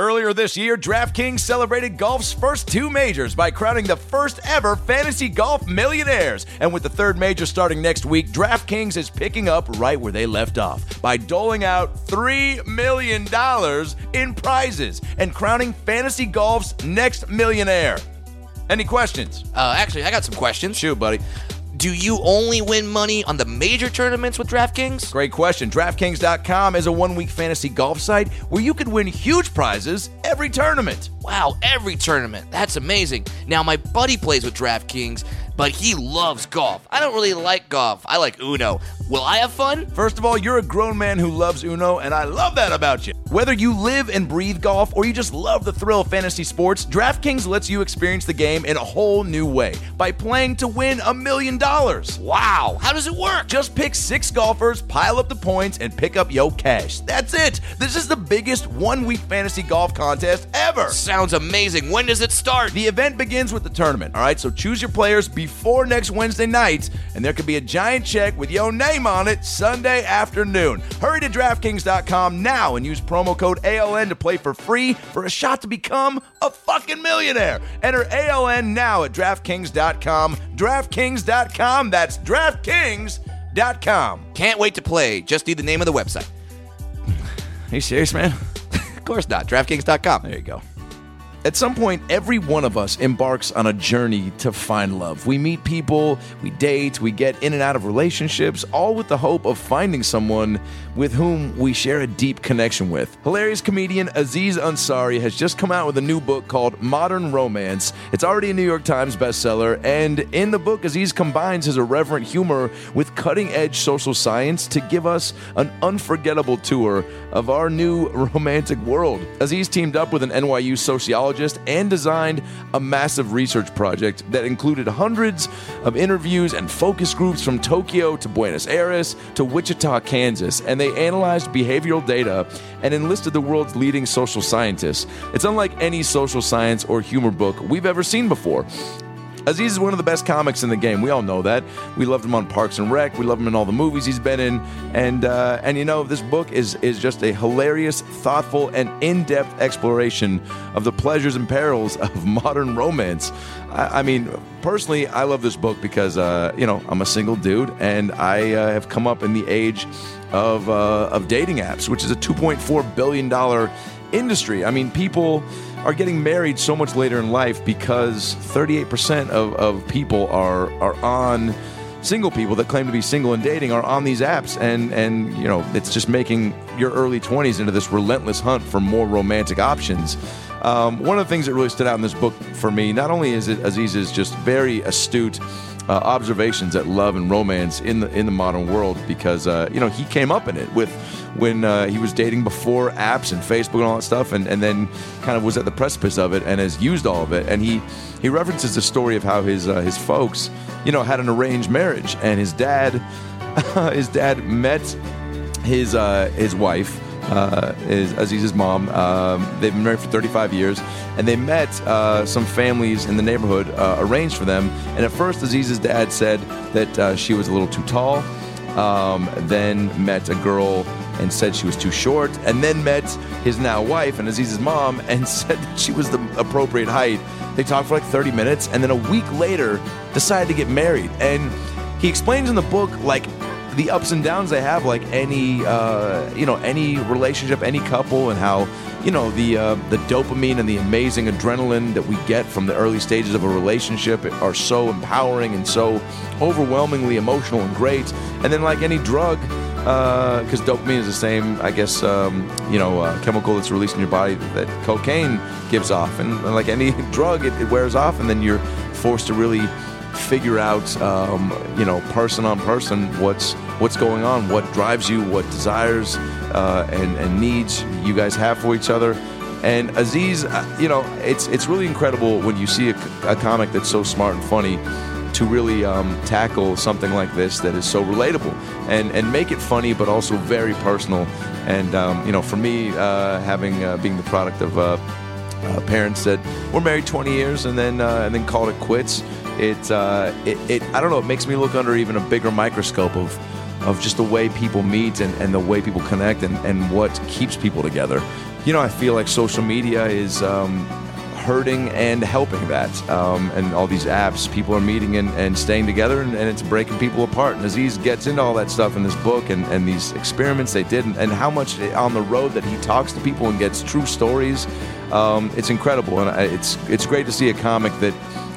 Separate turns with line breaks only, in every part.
Earlier this year, DraftKings celebrated golf's first two majors by crowning the first ever fantasy golf millionaires. And with the third major starting next week, DraftKings is picking up right where they left off by doling out $3 million in prizes and crowning fantasy golf's next millionaire. Any questions?
Uh, actually, I got some questions.
Shoot, buddy.
Do you only win money on the major tournaments with DraftKings?
Great question. DraftKings.com is a one week fantasy golf site where you could win huge prizes every tournament.
Wow, every tournament. That's amazing. Now, my buddy plays with DraftKings, but he loves golf. I don't really like golf. I like Uno. Will I have fun?
First of all, you're a grown man who loves Uno, and I love that about you. Whether you live and breathe golf or you just love the thrill of fantasy sports, DraftKings lets you experience the game in a whole new way by playing to win a million dollars.
Wow, how does it work?
Just pick six golfers, pile up the points, and pick up your cash. That's it. This is the biggest one week fantasy golf contest ever.
Sounds amazing. When does it start?
The event begins with the tournament, all right? So choose your players before next Wednesday night, and there could be a giant check with your name on it Sunday afternoon. Hurry to DraftKings.com now and use promo code ALN to play for free for a shot to become a fucking millionaire. Enter ALN now at DraftKings.com. DraftKings.com. That's DraftKings.com.
Can't wait to play. Just need the name of the website.
Are you serious, man?
Of course not. DraftKings.com.
There you go. At some point, every one of us embarks on a journey to find love. We meet people, we date, we get in and out of relationships, all with the hope of finding someone with whom we share a deep connection with. Hilarious comedian Aziz Ansari has just come out with a new book called Modern Romance. It's already a New York Times bestseller, and in the book, Aziz combines his irreverent humor with cutting edge social science to give us an unforgettable tour of our new romantic world. Aziz teamed up with an NYU sociologist and designed a massive research project that included hundreds of interviews and focus groups from Tokyo to Buenos Aires to Wichita, Kansas, and they analyzed behavioral data and enlisted the world's leading social scientists. It's unlike any social science or humor book we've ever seen before. Aziz is one of the best comics in the game. We all know that. We loved him on Parks and Rec. We love him in all the movies he's been in. And uh, and you know, this book is is just a hilarious, thoughtful, and in-depth exploration of the pleasures and perils of modern romance. I, I mean, personally, I love this book because uh, you know I'm a single dude, and I uh, have come up in the age of uh, of dating apps, which is a 2.4 billion dollar industry. I mean, people are getting married so much later in life because 38% of, of people are are on single people that claim to be single and dating are on these apps and and you know it's just making your early 20s into this relentless hunt for more romantic options um, one of the things that really stood out in this book for me not only is it aziz's just very astute uh, observations at love and romance in the in the modern world because uh, you know he came up in it with when uh, he was dating before apps and Facebook and all that stuff and, and then kind of was at the precipice of it and has used all of it and he he references the story of how his uh, his folks you know had an arranged marriage and his dad his dad met his uh, his wife, uh, is Aziz's mom. Um, they've been married for 35 years, and they met uh, some families in the neighborhood uh, arranged for them. And at first, Aziz's dad said that uh, she was a little too tall. Um, then met a girl and said she was too short. And then met his now wife and Aziz's mom and said that she was the appropriate height. They talked for like 30 minutes, and then a week later, decided to get married. And he explains in the book like the ups and downs they have, like any uh, you know any relationship, any couple, and how you know the uh, the dopamine and the amazing adrenaline that we get from the early stages of a relationship are so empowering and so overwhelmingly emotional and great. And then like any drug, because dopamine is the same, I guess um, you know uh, chemical that's released in your body that cocaine gives off, and, and like any drug, it, it wears off, and then you're forced to really figure out, um, you know, person on person, what's what's going on, what drives you, what desires uh, and, and needs you guys have for each other. And Aziz, uh, you know, it's it's really incredible when you see a, a comic that's so smart and funny to really um, tackle something like this that is so relatable and and make it funny, but also very personal. And um, you know, for me, uh, having uh, being the product of. Uh, uh, parents that were married 20 years and then uh, and then called it quits. It, uh, it it I don't know. It makes me look under even a bigger microscope of of just the way people meet and, and the way people connect and, and what keeps people together. You know, I feel like social media is um, hurting and helping that. Um, and all these apps, people are meeting and, and staying together, and, and it's breaking people apart. And Aziz gets into all that stuff in this book and, and these experiments they did, and, and how much on the road that he talks to people and gets true stories. Um, it's incredible, and I, it's it's great to see a comic that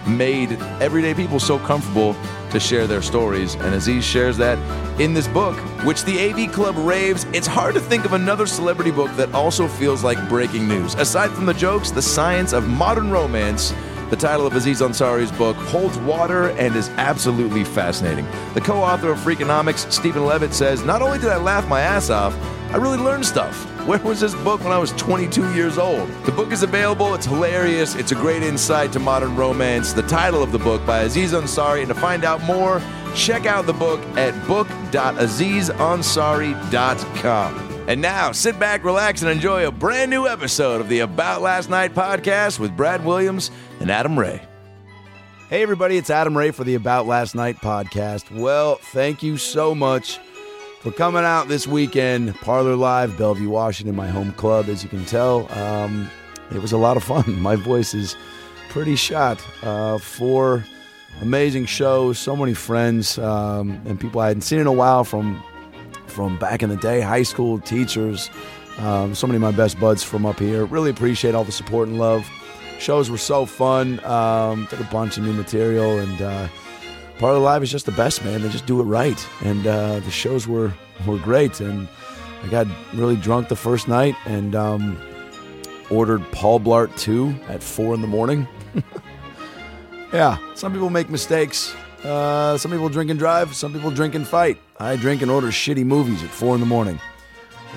made everyday people so comfortable to share their stories. And Aziz shares that in this book, which the AV Club raves. It's hard to think of another celebrity book that also feels like breaking news. Aside from the jokes, the science of modern romance. The title of Aziz Ansari's book holds water and is absolutely fascinating. The co author of Freakonomics, Stephen Levitt, says Not only did I laugh my ass off, I really learned stuff. Where was this book when I was 22 years old? The book is available. It's hilarious. It's a great insight to modern romance. The title of the book by Aziz Ansari. And to find out more, check out the book at book.azizansari.com. And now sit back, relax, and enjoy a brand new episode of the About Last Night podcast with Brad Williams and Adam Ray. Hey, everybody, it's Adam Ray for the About Last Night podcast. Well, thank you so much for coming out this weekend. Parlor Live, Bellevue, Washington, my home club, as you can tell. Um, it was a lot of fun. My voice is pretty shot. Uh, four amazing shows, so many friends, um, and people I hadn't seen in a while from from back in the day, high school teachers, um, so many of my best buds from up here. Really appreciate all the support and love. Shows were so fun. Um, did a bunch of new material, and uh, part of live is just the best, man. They just do it right, and uh, the shows were were great. And I got really drunk the first night, and um, ordered Paul Blart two at four in the morning. Yeah, some people make mistakes. Uh, some people drink and drive. Some people drink and fight. I drink and order shitty movies at four in the morning.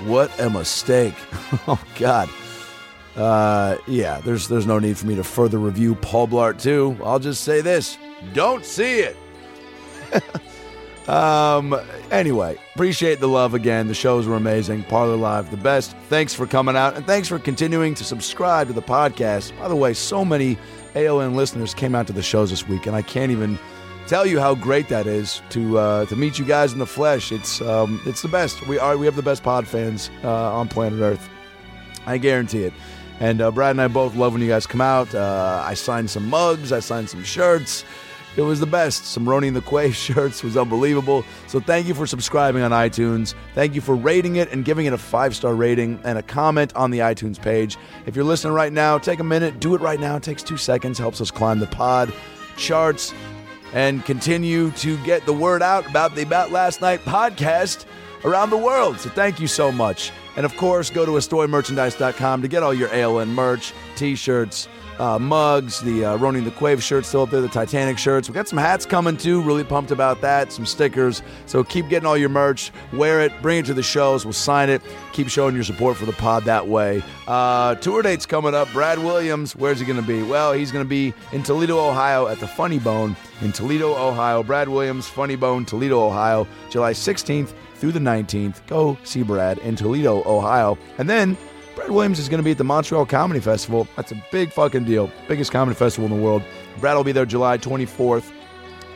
What a mistake! oh God. Uh, yeah, there's there's no need for me to further review Paul Blart 2. I'll just say this: don't see it. um. Anyway, appreciate the love again. The shows were amazing. Parlor Live, the best. Thanks for coming out, and thanks for continuing to subscribe to the podcast. By the way, so many AON listeners came out to the shows this week, and I can't even tell you how great that is to uh, to meet you guys in the flesh. It's um, it's the best. We are we have the best pod fans uh, on planet Earth. I guarantee it. And uh, Brad and I both love when you guys come out. Uh, I signed some mugs, I signed some shirts. It was the best. Some Roni and the Quay shirts was unbelievable. So thank you for subscribing on iTunes. Thank you for rating it and giving it a five star rating and a comment on the iTunes page. If you're listening right now, take a minute, do it right now. It takes two seconds, helps us climb the pod charts and continue to get the word out about the About Last Night podcast around the world. So thank you so much. And of course, go to astoymerchandise.com to get all your ALN merch, t shirts, uh, mugs, the uh, Ronin the Quave shirts still up there, the Titanic shirts. We got some hats coming too. Really pumped about that. Some stickers. So keep getting all your merch. Wear it. Bring it to the shows. We'll sign it. Keep showing your support for the pod that way. Uh, tour dates coming up. Brad Williams, where's he going to be? Well, he's going to be in Toledo, Ohio at the Funny Bone in Toledo, Ohio. Brad Williams, Funny Bone, Toledo, Ohio, July 16th through the 19th. Go see Brad in Toledo, Ohio. And then Brad Williams is going to be at the Montreal Comedy Festival. That's a big fucking deal. Biggest comedy festival in the world. Brad will be there July 24th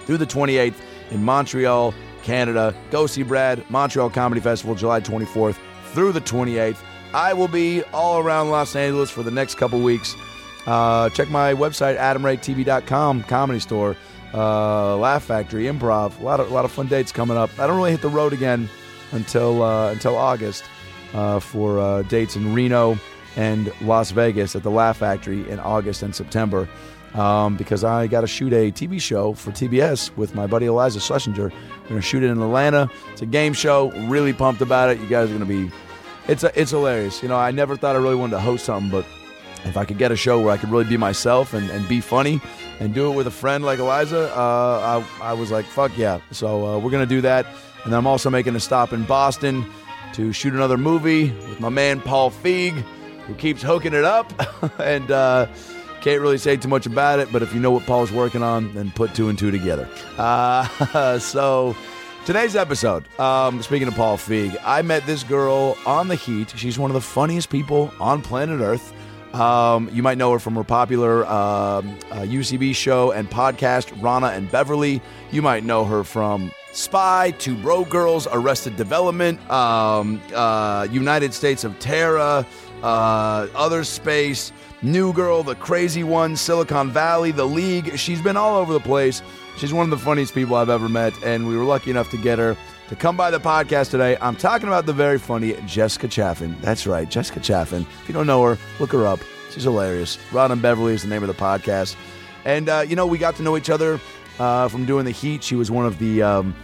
through the 28th in Montreal, Canada. Go see Brad, Montreal Comedy Festival, July 24th through the 28th. I will be all around Los Angeles for the next couple weeks. Uh, check my website, adamraytv.com, comedy store, uh, Laugh Factory, improv. A lot of, a lot of fun dates coming up. I don't really hit the road again until, uh, until August uh, for uh, dates in Reno and Las Vegas at the Laugh Factory in August and September um, because I got to shoot a TV show for TBS with my buddy Eliza Schlesinger. We're going to shoot it in Atlanta. It's a game show. Really pumped about it. You guys are going to be. It's, a, it's hilarious. You know, I never thought I really wanted to host something, but if I could get a show where I could really be myself and, and be funny and do it with a friend like Eliza, uh, I, I was like, fuck yeah. So uh, we're going to do that. And I'm also making a stop in Boston to shoot another movie with my man Paul Feig. who keeps hooking it up and uh, can't really say too much about it. But if you know what Paul's working on, then put two and two together. Uh, so today's episode, um, speaking of Paul Feig, I met this girl on the heat. She's one of the funniest people on planet Earth. Um, you might know her from her popular um, uh, UCB show and podcast, Rana and Beverly. You might know her from Spy, Two Bro Girls, Arrested Development, um, uh, United States of Terra, uh, Other Space, New Girl, The Crazy One, Silicon Valley, The League. She's been all over the place. She's one of the funniest people I've ever met, and we were lucky enough to get her to come by the podcast today. I'm talking about the very funny Jessica Chaffin. That's right, Jessica Chaffin. If you don't know her, look her up. She's hilarious. Ron and Beverly is the name of the podcast. And, uh, you know, we got to know each other uh, from doing the heat. She was one of the. Um,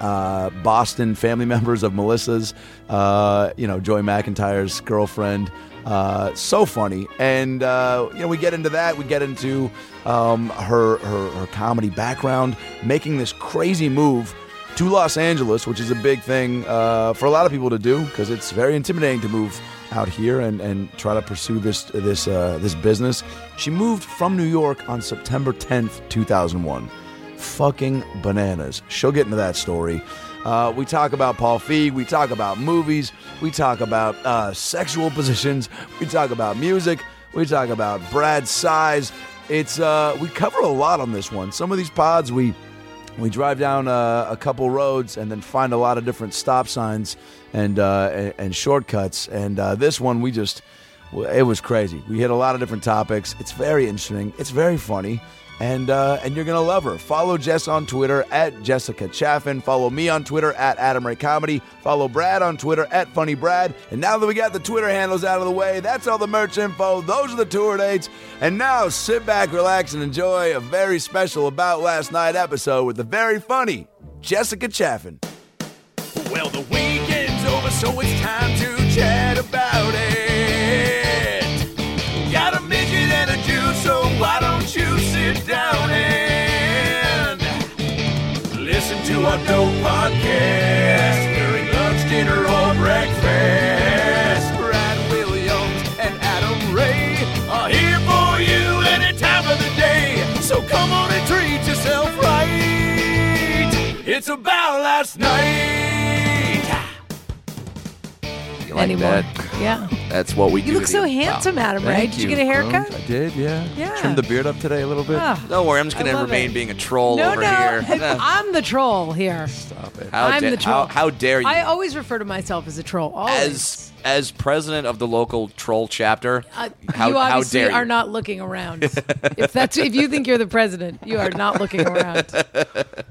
uh, Boston family members of Melissa's, uh, you know, Joy McIntyre's girlfriend. Uh, so funny, and uh, you know, we get into that. We get into um, her, her her comedy background, making this crazy move to Los Angeles, which is a big thing uh, for a lot of people to do because it's very intimidating to move out here and, and try to pursue this this uh, this business. She moved from New York on September 10th, 2001 fucking bananas. She'll get into that story. Uh, we talk about Paul Feig. We talk about movies. We talk about uh, sexual positions. We talk about music. We talk about Brad's size. It's uh, we cover a lot on this one. Some of these pods we we drive down uh, a couple roads and then find a lot of different stop signs and uh, and, and shortcuts. And uh, this one we just well, it was crazy. We hit a lot of different topics. It's very interesting. It's very funny. And uh, and you're gonna love her. Follow Jess on Twitter at Jessica Chaffin. Follow me on Twitter at Adam Ray Comedy. Follow Brad on Twitter at Funny Brad. And now that we got the Twitter handles out of the way, that's all the merch info. Those are the tour dates. And now sit back, relax, and enjoy a very special About Last Night episode with the very funny Jessica Chaffin. Well, the weekend's over, so it's time to chat about it. Got a midget and a Jew, so why don't you sit down and listen to our dope podcast during lunch, dinner, or breakfast? Brad Williams and Adam Ray are here for you any time of the day, so come on and treat yourself right. It's about last night.
You like
anymore.
that?
Yeah.
That's what we do.
You look
to
so
Wow.
handsome, Adam, right?
Thank
Did you
you.
get a haircut?
I did, yeah.
Yeah.
Trimmed the beard up today a little bit.
Ah.
Don't worry, I'm just
I
going to
love
remain
it.
being a troll
No,
over
no.
here.
I'm the troll here.
Stop it.
how,
I'm
da-
the troll.
How, how dare you?
I always refer to myself as a troll. Always.
as as president of the local troll chapter,
Uh,
how,
you
how
obviously
dare you?
are not looking around. if that's if you think you're the president, you are not looking around.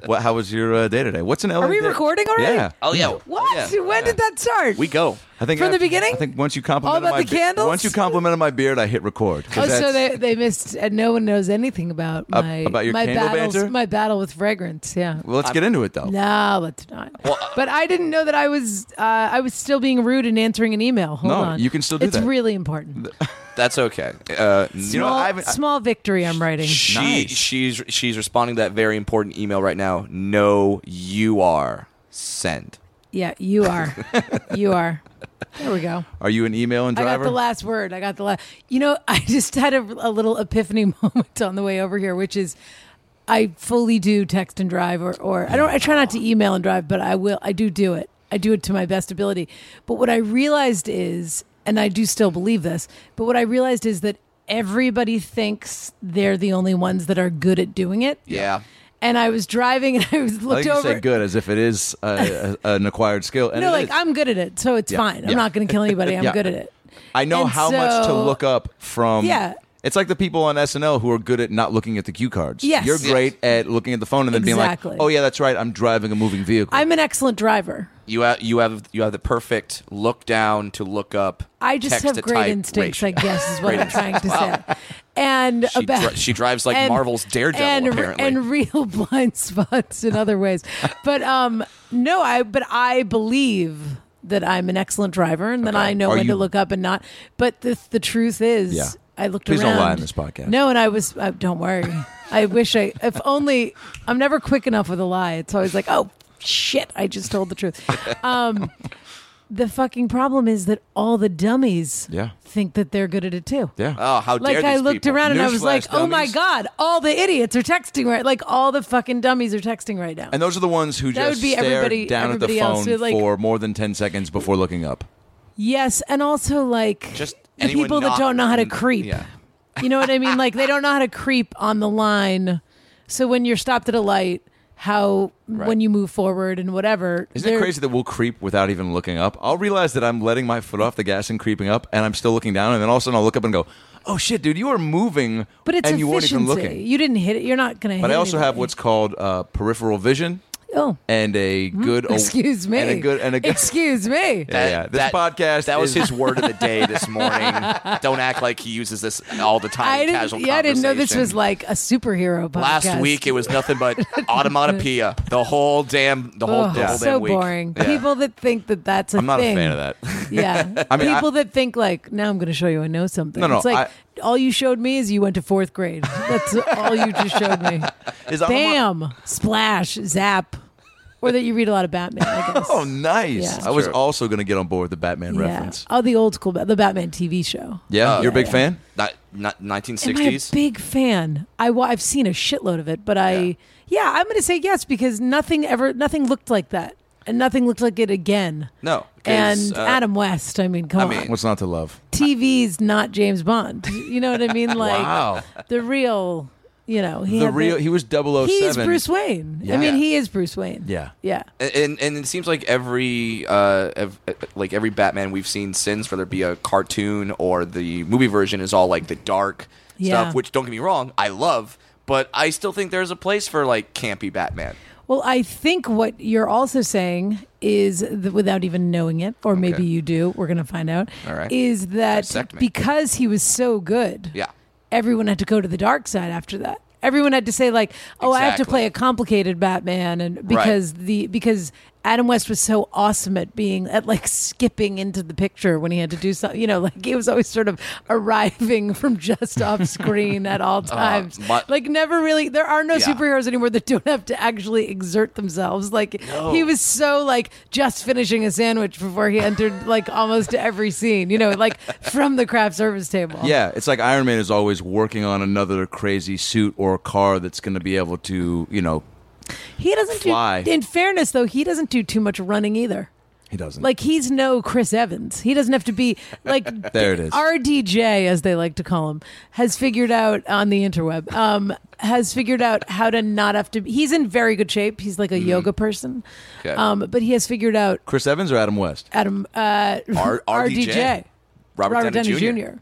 What, how was your uh, day today? What's an LA?
Are we
day?
recording already?
Yeah.
oh yeah,
What?
Yeah.
when did that start?
we go?
I think
From the
after-
beginning?
I think once you complimented
All about
my
the candles?
once you complimented my beard, I hit record. 'cause
Oh, so
that's-
they, they missed. And no one knows anything about
Ab-
my
about your
my
candle
battles,
banter?
my battle with fragrance. Yeah.
well, let's get into it though.
No, let's not.
Well,
uh,
but I didn't know that I was uh, I was still being rude and answering an email. Hold
No,
on.
you can still do
it's
that.
It's really important.
That's okay. Uh,
You know,
small,
I haven't- I-
small victory I'm writing.
she
Nice.
she's she's responding to that very important email right now. No, you are send.
yeah, you are. you are. There we go.
Are you an email and
I
driver?
got the last word. I got the last. You know, I just had a, a little epiphany moment on the way over here, which is I fully do text and drive, or, or I don't. I try not to email and drive, but I will. I do do it. I do it to my best ability. But what I realized is, and I do still believe this, but what I realized is that everybody thinks they're the only ones that are good at doing it.
Yeah.
And I was driving, and I was
I
looked
think you
over.
say good as if it is uh, a- an acquired skill. And
No,
it
like
is.
I'm good at it, so it's
Yeah,
fine. I'm
yeah.
not going to kill anybody. I'm
Yeah.
good at it.
I know
and
how much to
so-
look up from.
Yeah.
It's like the people on SNL who are good at not looking at the cue cards.
Yes.
You're
Yes.
great at looking at the phone and then
Exactly.
being like, "Oh yeah, that's right, I'm driving a moving vehicle."
I'm an excellent driver.
You have you have you have the perfect look down to look up.
I just
text
have
to
great
type
instincts,
ratio.
I guess, is what I'm trying to say. And
She,
about
dri- she drives like
and-
Marvel's Daredevil,
and,
apparently.
and real blind spots in other ways. But um, no, I but I believe that I'm an excellent driver and that I know
Are
when
you-
to look up and not. But the the truth is,
Yeah.
I looked
Please
around.
don't lie on this podcast.
No, and I was. Uh, don't worry. I wish I. If only I'm never quick enough with a lie. It's always like, oh shit, I just told the truth. Um, The fucking problem is that all the dummies
Yeah.
think that they're good at it too.
Yeah.
Oh, how dare
Like I
these
looked
people.
around and I was
Newsflash,
like, "Oh my
dummies.
god, all the idiots are texting right. Like all the fucking dummies are texting right now."
And those are the ones who
That
just
would be
stared
everybody-
down at the
everybody else
phone
who, like-
for more than 10 seconds before looking up.
yes, and also like
Just
the
anyone
people that
not-
don't know how to creep.
Yeah.
You know what I mean? Like they don't know how to creep on the line. So when you're stopped at a light, how when you move forward and whatever.
Isn't it
they're-
crazy that we'll creep without even looking up? I'll realize that I'm letting my foot off the gas and creeping up, and I'm still looking down, and then all of a sudden I'll look up and go, "Oh shit, dude, you are moving,
But it's
and you weren't
efficiency.
even looking."
You didn't hit it. You're not gonna.
But
hit
I also have
anybody.
what's called uh, peripheral vision
Oh,
and a good
excuse me.
and a good and a good
excuse me.
Yeah, yeah. This podcast
That was
is-
his word of the day this morning. Don't act like he uses this all the time.
I
in casual
didn't. Yeah, I didn't know this
conversation.
was like a superhero podcast.
Last week it was nothing but automatopoeia. The whole damn the whole,
Ugh,
the whole
so
damn week.
boring.
Yeah.
People that think that that's a
I'm not
thing.
a fan of that.
Yeah,
I mean, I-
people that think like now I'm going to show you I know something.
No, no,
it's like all you showed me is you went to fourth grade. That's all you just showed me.
Is Automar-
Bam, splash, zap, or that you read a lot of Batman. I guess.
Oh, nice.
Yeah.
I was
True.
also going to get on board with the Batman reference.
Oh, the old school, Ba- the Batman TV show.
Yeah,
Oh,
you're a big
yeah.
fan.
Not, not 1960s.
Am I a big fan? I wa- I've seen a shitload of it, but I
Yeah.
yeah, I'm going to say yes because nothing ever nothing looked like that, and nothing looked like it again.
No,
And
uh,
Adam West, I mean, come
I
on.
mean-
what's not to love?
TV's not James Bond. You know what I mean? Like the real, you know, he
the
had
real.
the-
he was 007.
he's Bruce Wayne.
Yeah.
I mean, he is Bruce Wayne.
Yeah.
yeah.
and and it seems like every uh ev- like every Batman we've seen since, whether it be a cartoon or the movie version, is all like the dark
Yeah.
stuff. Which don't get me wrong, I love, but I still think there's a place for like campy Batman.
Well, I think what you're also saying is that without even knowing it, or maybe you do, we're going to find out,
All right.
is that
Dissect me.
because he was so good,
Yeah.
everyone had to go to the dark side after that. Everyone had to say like, "Oh, I have to
Exactly.
play a complicated Batman," and because the because Adam West was so awesome at being at like skipping into the picture when he had to do something. You know, like he was always sort of arriving from just off screen at all times.
Uh, my-
like never really. There are no
Yeah.
superheroes anymore that don't have to actually exert themselves. Like he was so like just finishing a sandwich before he entered like almost every scene. You know, like from the craft service table.
Yeah, it's like Iron Man is always working on another crazy suit or car that's going to be able to, you know,
He doesn't
Fly.
do. In fairness, though, he doesn't do too much running either.
he doesn't.
Like he's no Chris Evans. He doesn't have to be like
There it is.
RDJ, as they like to call him, has figured out on the interweb. Um, has figured out how to not have to. He's in very good shape. He's like a
Mm-hmm.
yoga person.
Okay.
Um, but he has figured out
Chris Evans or Adam West?
Adam uh,
R- RDJ.
RDJ
Robert,
Robert
Downey, Jr.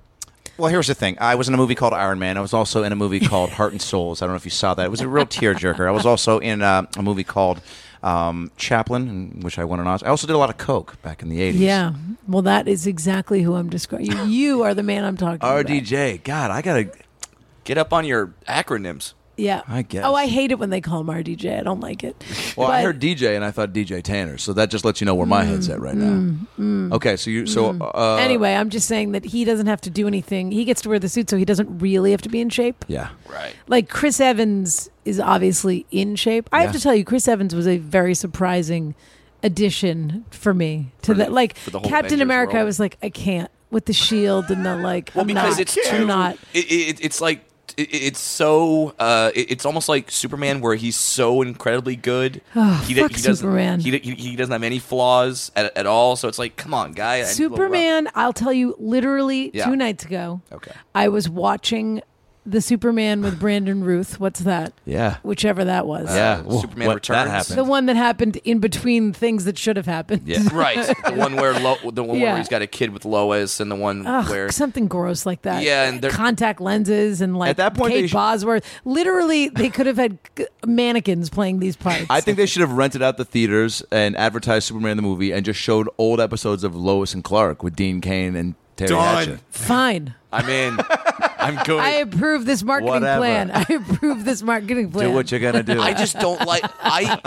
Well, here's the thing. I was in a movie called Iron Man. I was also in a movie called Heart and Souls. I don't know if you saw that. It was a real tearjerker. I was also in uh, a movie called um, Chaplin, in which I won an Oscar. I also did a lot of coke back in the 80s.
Yeah. Well, that is exactly who I'm describing. You, you are the man I'm talking about.
RDJ. God, I gotta.
Get up on your acronyms.
Yeah.
I guess.
Oh, I hate it when they call him RDJ. I don't like it.
Well, I
But- Mm,
heard DJ and I thought DJ Tanner, so that just lets you know where my head's at right now. okay, so you so uh,
anyway, I'm just saying that he doesn't have to do anything. He gets to wear the suit, so he doesn't really have to be in shape.
yeah.
Right.
Like Chris Evans is obviously in shape. I have
Yeah.
to tell you, Chris Evans was a very surprising addition for me to that. Like
for the whole
Captain
Avengers
America, I
world.
was like, I can't with the shield and the like.
Well,
I'm
because
not,
it's too.
I'm not.
It, it, it's like it, it's so. Uh, it- it's almost like Superman, where he's so incredibly good. he, do-
Oh, fuck
he doesn't.
Superman.
He, do- he he doesn't have any flaws at, at all. So it's like, come on, guy. I need a little rough.
Superman, I'll tell you, literally
Yeah.
two nights ago,
Okay.
I was watching the Superman with Brandon Ruth. What's that?
Yeah.
Whichever that was.
Yeah.
Uh, Superman
what,
Returns.
That happened.
The one that happened in between things that should have happened.
Yeah.
Right, the one where Lo- the one where
Yeah.
he's got a kid with Lois, and the one
Ugh,
where
something gross like that.
Yeah, and they're-
contact lenses and like
At that point, they
Kate
sh-
Bosworth. Literally, they could have had g- mannequins playing these parts.
I think they should have rented out the theaters and advertised Superman the movie and just showed old episodes of Lois and Clark with Dean Kane and Terry
Done.
Hatcher.
fine.
I'm in. I'm good.
I
I,
approve this marketing
Whatever.
plan. I approve this marketing plan.
Do what you're gonna do.
just don't like. I I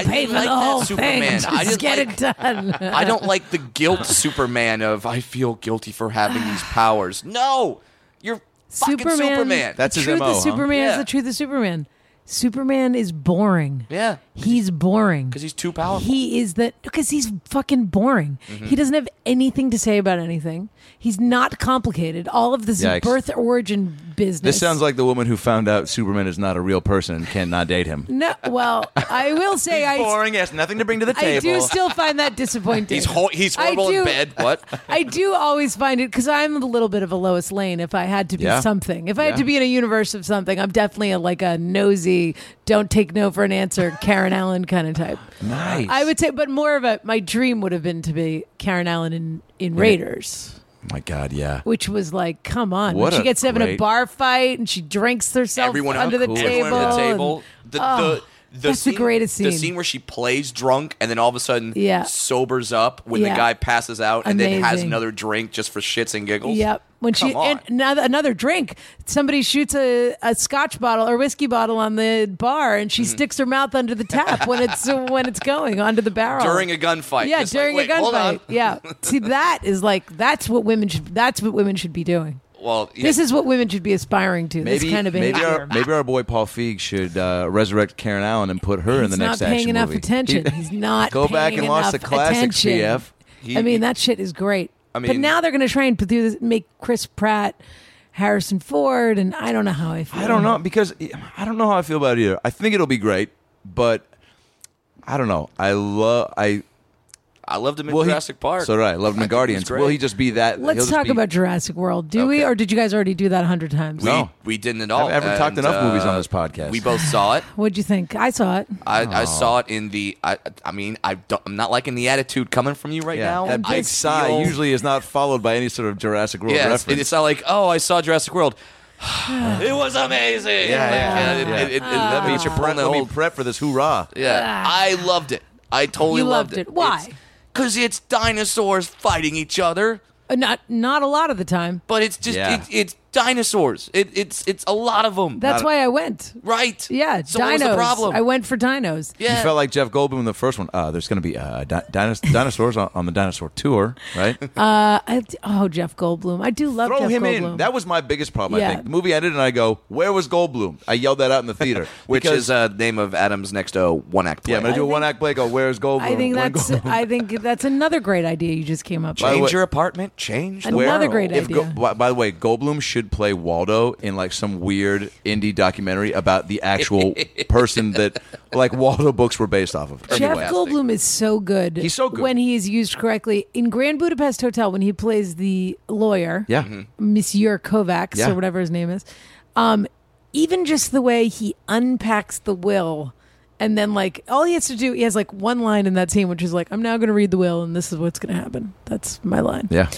I'll pay
didn't
for
like
the whole
that Superman.
thing. Just
I just
get
like,
it done.
I don't like the guilt Superman of I feel guilty for having these powers. No, you're fucking Superman.
Superman.
That's his
truth
MO,
of
huh?
Superman
Yeah.
is the truth of Superman. Superman is boring.
Yeah.
He's boring.
'Cause he's too powerful.
He is the because he's fucking boring.
Mm-hmm.
He doesn't have anything to say about anything. He's not complicated. All of this
Yikes.
birth origin business.
This sounds like the woman who found out Superman is not a real person and cannot date him.
no. Well, I will say I
Boring. Has nothing to bring to the
I
table.
do still find that disappointing.
He's ho- he's
I
horrible in
do-
bed. What?
I do always find it because I'm a little bit of a Lois Lane. If I had to be
Yeah.
something, if I had to be in a universe of something, I'm definitely a, like a nosy, don't take no for an answer, Karen Allen kind of type.
Nice.
I would say, but more of a my dream would have been to be Karen Allen in in Raiders,
My God, yeah.
which was like, come on,
What
when
a
she gets to having a
great-
bar fight and she drinks herself
everyone
under the
cool.
table.
Everyone at the
and-
table. The,
oh,
the,
that's the greatest
The
scene.
scene where she plays drunk and then all of a sudden
Yeah.
sobers up when the
Yeah.
guy passes out and then has
Amazing.
another drink just for shits and giggles.
Yep. When she
Come on.
and another, another drink, somebody shoots a, a scotch bottle or whiskey bottle on the bar, and
Mm-hmm.
she sticks her mouth under the tap when it's when it's going under the barrel
During a gunfight.
Yeah,
Just like,
during
wait,
a
hold
gunfight.
on.
Yeah. See, that is like that's what women should that's what women should be doing.
Well, yeah.
This is what women should be aspiring to.
Maybe
this kind of behavior.
maybe our, maybe our boy Paul Feig should uh, resurrect Karen Allen and put her in the
He's
next
not paying
action
enough
movie.
attention.
He-
He's not
Go back
paying
and watch
enough
the classics,
attention.
PF.
I mean, that shit is great.
I
but
mean-
now they're going to try and do this, make Chris Pratt, Harrison Ford, and I don't know how I feel.
I don't know because I don't know how I feel about it either. I think it'll be great, but I don't know. I love I
I loved him in
well, he-
Jurassic Park.
So right, love him
I
in
think
Guardians.
he was
Will
great.
he just be that? he'll
Let's
just
talk
be-
about Jurassic World, do we?
Okay.
Or did you guys already do that a hundred times?
we,
No.
we didn't at all.
I've ever talked
And,
enough
uh,
movies on this podcast. Oh.
We both saw it.
What'd you think? I saw it.
I, I saw it in the. I, I mean, I don't, I'm not liking the attitude coming from you right
Yeah,
now.
that
I
big sigh
feel-
usually is not followed by any sort of Jurassic World
Yes,
reference.
and it's not like, oh, I saw Jurassic World. it was
Yeah,
amazing.
yeah, Ah.
Like, uh,
yeah.
It, it, it,
Let me
it's your
prep,
pulling the
let me
whole-
prep for this hoorah.
Yeah, I loved it. I totally
Ah. You
loved,
loved it. Why?
Because it's dinosaurs fighting each other,
Uh, Not not a lot of the time.
but it's just
Yeah.
it, it's dinosaurs. It, it's it's a lot of them.
That's why I went.
right.
Yeah,
So
dinos.
what was the problem?
I went for dinos.
Yeah.
You felt like Jeff Goldblum in the first one. Uh, there's going to be uh, di- dinos- dinosaurs on, on the dinosaur tour, right?
Uh, I, oh, Jeff Goldblum. I do love
Throw
Jeff
him
Goldblum.
in. That was my biggest problem. I
Yeah.
think the movie ended, and I go, "Where was Goldblum?" I yelled that out in the theater,
which
because-
is uh, name of Adam's next uh, one act play.
yeah, I'm going to do a
think-
one act play. Go, "Where's Goldblum?"
I think
When
that's
Goldblum?"
I think that's another great idea you just came up
By the
with.
change
way-
your apartment, change the
Another
world.
great
If Go-
idea.
by, by the way, Goldblum should play Waldo in like some weird indie documentary about the actual person that like Waldo books were based off of.
Jeff
Anyway.
Goldblum is so good.
He's so good.
when he is used correctly in Grand Budapest Hotel when he plays the lawyer,
yeah, Mm-hmm.
Monsieur Kovacs
Yeah.
or whatever his name is. Um, even just the way he unpacks the will. And then, like, all he has to do, he has like one line in that scene, which is like, I'm now going to read the will, and this is what's going to happen. That's my line.
yeah.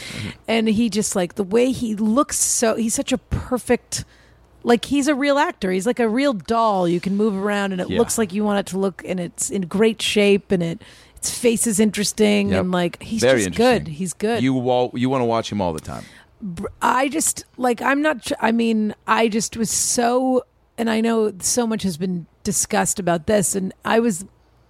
and he just like the way he looks so he's such a perfect like he's a real actor he's like a real doll you can move around and it
Yeah.
looks like you want it to look and it's in great shape and it its face is interesting
Yep.
and like he's
Very
just
interesting.
good he's good
You wa- you want to watch him all the time.
I just like I'm not. tr- I mean, I just was so, and I know so much has been discussed about this, and I was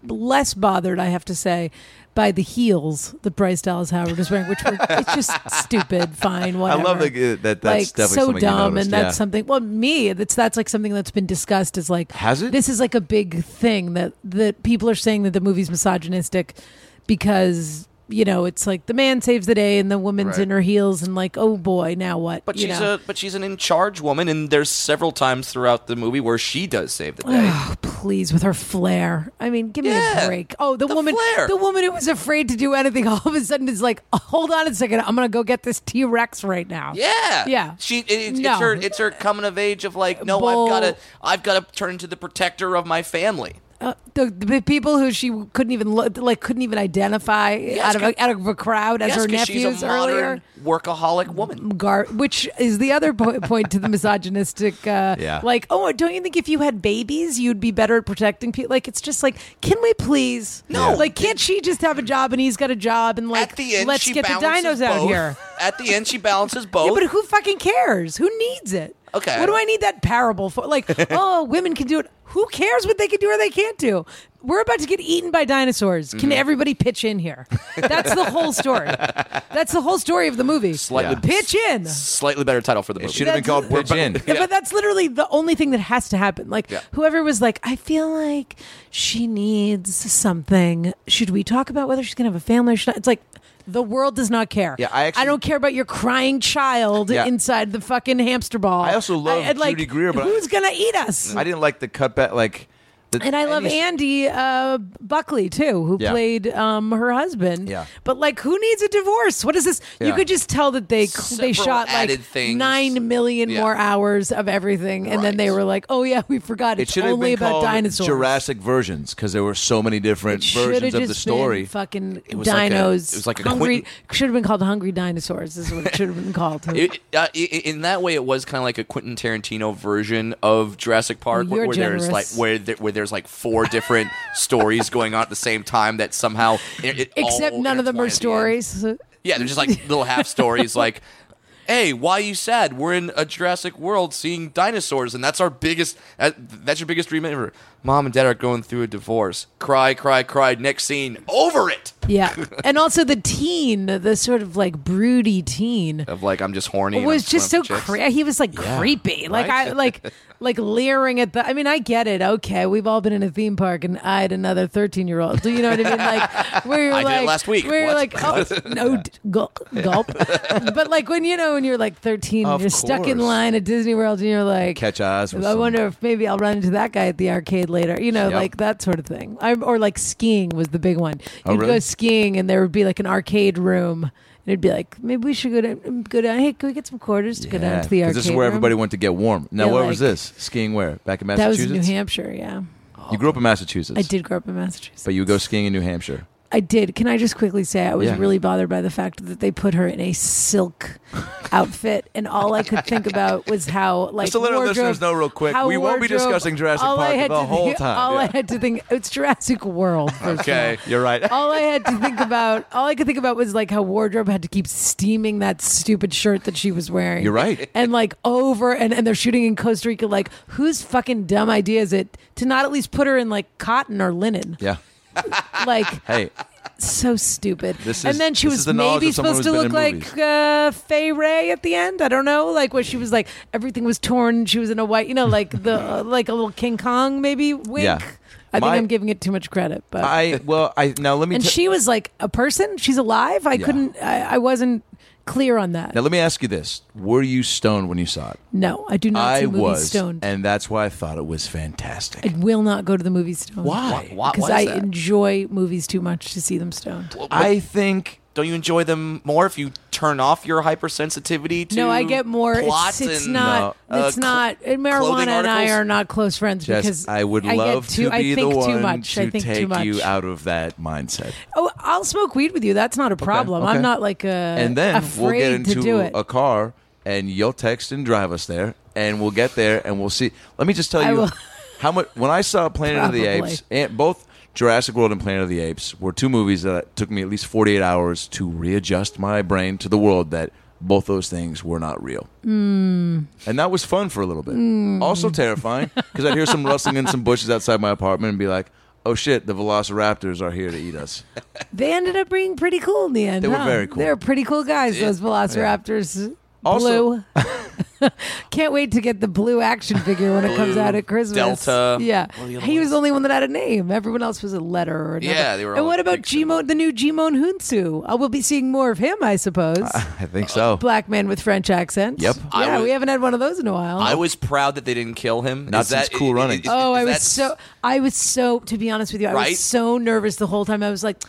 less bothered, I have to say, by the heels that Bryce Dallas Howard is wearing, which were, it's just stupid. Fine, whatever.
love that- that- that's definitely
so
something you
dumb,
noticed,
and
yeah.
that's something. Well, me, that's that's like something that's been discussed. Is like
Has it?
This is like a big thing that that people are saying that the movie's misogynistic because. You know, it's like the man saves the day and the woman's
Right.
in her heels and like, oh boy, now what?
But
you
she's
know?
a but she's an in charge woman, and there's several times throughout the movie where she does save the day.
Oh, please with her flair. I mean, give me
Yeah,
a break. Oh, the,
the
woman
flair.
the woman who was afraid to do anything all of a sudden is like, "Hold on a second. I'm going to go get this T-Rex right now."
yeah,
Yeah.
She it, it's-
No.
it's her it's her coming of age of like no,
Bull.
I've got to I've got to turn into the protector of my family.
Uh, the, the people who she couldn't even look, like couldn't even identify out of a, out of a crowd as
Yes,
her
'cause
nephews
she's a
earlier. Mm,
modern workaholic woman.
Gar- which is the other po- point to the misogynistic, uh,
Yeah.
like, oh, don't you think if you had babies, you'd be better at protecting people? Like, it's just like, can we please?
No.
Like, can't she just have a job and he's got a job and like,
At the end,
let's
she
get the
balances
dinos out
both.
here.
At the end, she balances both.
Yeah, but who fucking cares? Who needs it?
Okay.
What do I need that parable for? Like, oh, women can do it. Who cares what they can do or they can't do? We're about to get eaten by dinosaurs.
Mm-hmm.
Can everybody pitch in here? That's the whole story. That's the whole story of the movie.
Slightly- Yeah.
pitch in.
Slightly better title for the movie.
Should have been called
That's-
Pitch In.
Yeah, But that's literally the only thing that has to happen. Like
Yeah.
whoever was like, I feel like she needs something. Should we talk about whether she's gonna have a family or should not? It's like the world does not care.
Yeah, I actually-
don't care about your crying child
Yeah.
inside the fucking hamster ball.
I also love
I'd
Judy Greer, but I-
who's gonna eat us?
I didn't like the cutback, like. The,
and I love
any-
Andy uh, Buckley too, who
Yeah.
played um, her husband.
Yeah.
But like, who needs a divorce? What is this? You
Yeah.
could just tell that they cl- they
Several
shot like
added things.
nine million
Yeah.
more hours of everything, and then
Right.
they were like, "Oh yeah, we forgot.
It
It's
should have
only
been
about
called
dinosaurs."
Jurassic versions because there were so many different
It should have
versions
just
of the story.
been fucking
was
dinos.
like a- it was like a
hungry.
Quentin-
Should have been called hungry dinosaurs. Is what it should have been called.
It, uh, i- i- in that way, it was kind of like a Quentin Tarantino version of Jurassic Park,
Well, you're
where there's like
generous.
where there, where there's like four different stories going on at the same time that somehow it, it all
Except none of them
intertwine
are
at the end.
stories.
Yeah, they're just like little half stories, like. Hey, why you sad? We're in a Jurassic World seeing dinosaurs, and that's our biggest. Uh, that's your biggest dream ever. Mom and Dad are going through a divorce. Cry, cry, cry. Next scene, over it.
Yeah, and also the teen, the sort of like broody teen.
Of like, I'm just horny. and I'm
was just so
going for chicks.
cre- he was like creepy like i like like leering at the i mean i get it okay we've all been in a theme park and eyed another 13 year old do you know what i mean like where you're
I did it
like
last week.
where you're
What?
like oh no d- gulp, gulp. but like when you know when you're like 13 and
Of
you're stuck in
course.
line at disney world and you're like
Catch eyes with
i
some-
wonder if maybe i'll run into that guy at the arcade later you know
Yep.
like that sort of thing i or like skiing was the big one you'd
Oh, really?
go skiing and there would be like an arcade room and it'd be like maybe we should go to go down hey can we get some quarters to go down to the
'cause
arcade
this is where
room?
everybody went to get warm. Now,
Yeah,
where was
like-
this? Skiing where? Back in
that was in
Massachusetts?
new hampshire yeah
You grew up in Massachusetts.
i did grow up in massachusetts
But you would go skiing in New Hampshire.
i did can i just quickly say i was
Yeah.
really bothered by the fact that they put her in a silk outfit and all i could think about was how like
Just to let our
wardrobe-
listeners know real quick,
how
we won't be
wardrobe-
discussing Jurassic
all I
Park
had
the
to
whole
think-
time.
all i
Yeah.
had to think it's jurassic world first of all.
Okay,
You're right.
all I had to think about, all I could think about was like how wardrobe had to keep steaming that stupid shirt that she was wearing.
You're right.
And like over and, and they're shooting in Costa Rica. Like, whose fucking dumb idea is it to not at least put her in like cotton or linen?
yeah.
Like,
Hey,
so stupid.
This is-
and then she
this is
was
the knowledge
maybe
of someone
supposed to
who's
look
been in
like uh, Faye Ray at the end. I don't know, like where she was like everything was torn. She was in a white, you know, like the uh, like a little King Kong maybe wink.
Yeah.
I think
My-
I'm giving it too much credit, but
I, well, I, now let me,
and
t-
she was like a person. She's alive. I
Yeah.
couldn't. I, I wasn't clear on that.
now
No,
let me ask you this. Were you stoned when you saw it?
I do not. see
I
movies
was.
stoned.
And that's why I thought it was fantastic.
I will not go to the movies stoned.
Why?
Why-
Because
why
I
is that?
enjoy movies too much to see them stoned.
I think
Don't you enjoy them more if you turn off your hypersensitivity to
No, I get more. It's,
plots
it's
and,
not.
uh,
it's
cl-
not. and marijuana
clothing
and I
articles?
are not close friends
Jess,
because
I would
get
love
too,
to
I
be
think
the
too
one
much.
to
I think
take
too much.
you out of that mindset.
Oh, I'll smoke weed with you. That's not a problem.
okay.
I'm not like a.
and then we'll get
afraid to
into
do it.
a car, and you'll text and drive us there, and we'll get there, and we'll see. Let me just tell
I
you
will-
how much. When I saw Planet of the
Probably.
Apes, and both Jurassic World and Planet of the Apes were two movies that took me at least forty-eight hours to readjust my brain to the world that both those things were not real.
Hmm.
And that was fun for a little bit. Also terrifying because I'd hear some rustling in some bushes outside my apartment and be like, "Oh shit, the Velociraptors are here to eat us."
They ended up being pretty cool in the end.
They were
huh?
very cool.
They're pretty cool guys, those Velociraptors.
Also-
blue. Can't wait to get the blue action figure when it comes
Blue,
out at Christmas.
Delta.
Yeah.
What are the other
He was
ones?
the only one that had a name. Everyone else was a letter or another.
Yeah, they were
And
all
what about
big symbols.
Jimon, the new Jimon Hunsu? I will be seeing more of him, I suppose.
I think so.
Black man with French accent.
Yep.
Uh. I
Yeah,
was-
we haven't had one of those in a while.
I was proud that they didn't kill him.
Not
Is that,
since Cool
i- i-
Runnings.
is-
Oh,
is
I was
that-
so I was so to be honest with you, I
Right?
was so nervous the whole time. I was like,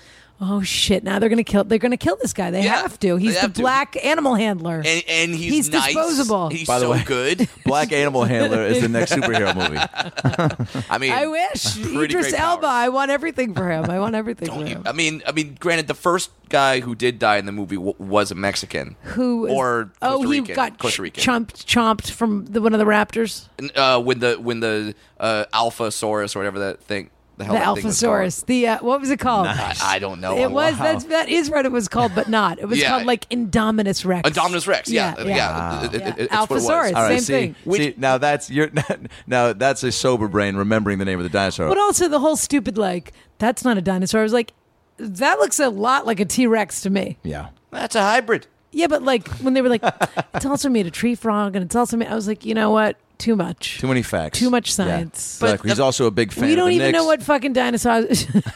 "Oh shit! Now they're gonna kill. They're gonna kill this guy. They
Yeah,
have to. He's
they
the
have to.
black animal handler."
And, and he's,
He's
nice.
disposable.
He's
By the
so
way-
good.
Black Animal Handler is the next superhero movie.
I mean,
I wish
pretty
Idris
great
Elba.
powers.
I want everything for him. I want everything for him.
I mean, I mean, granted, the first guy who did die in the movie w- was a Mexican.
Who is-
or
oh
Costa Rican,
he got
Costa Rican.
chomped chomped from the, one of the Raptors.
N- uh, when the when the uh, Alpha Saurus or whatever that thing. the hell
The
that thing was called.
Alphasaurus. The uh, what was it called?
I, I don't know.
It was
wow.
that's that is what it was called, but not. It was
Yeah.
called like Indominus Rex.
Indominus Rex. Yeah, yeah. It- it-
Yeah.
it- it's what it was.
Alphasaurus.
All right, see,
Same
see,
thing.
now that's your now that's a sober brain remembering the name of the dinosaur.
But also the whole stupid like that's not a dinosaur. I was like, that looks a lot like a T Rex to me.
yeah.
That's a hybrid.
Yeah, but like when they were like, it's also made of tree frog and it's also made. I was like, you know what? Too much.
Too many facts.
Too much science.
Yeah.
But
Look, he's
the-
also a big fan.
we don't
of the
even know
Knicks.
what fucking dinosaur.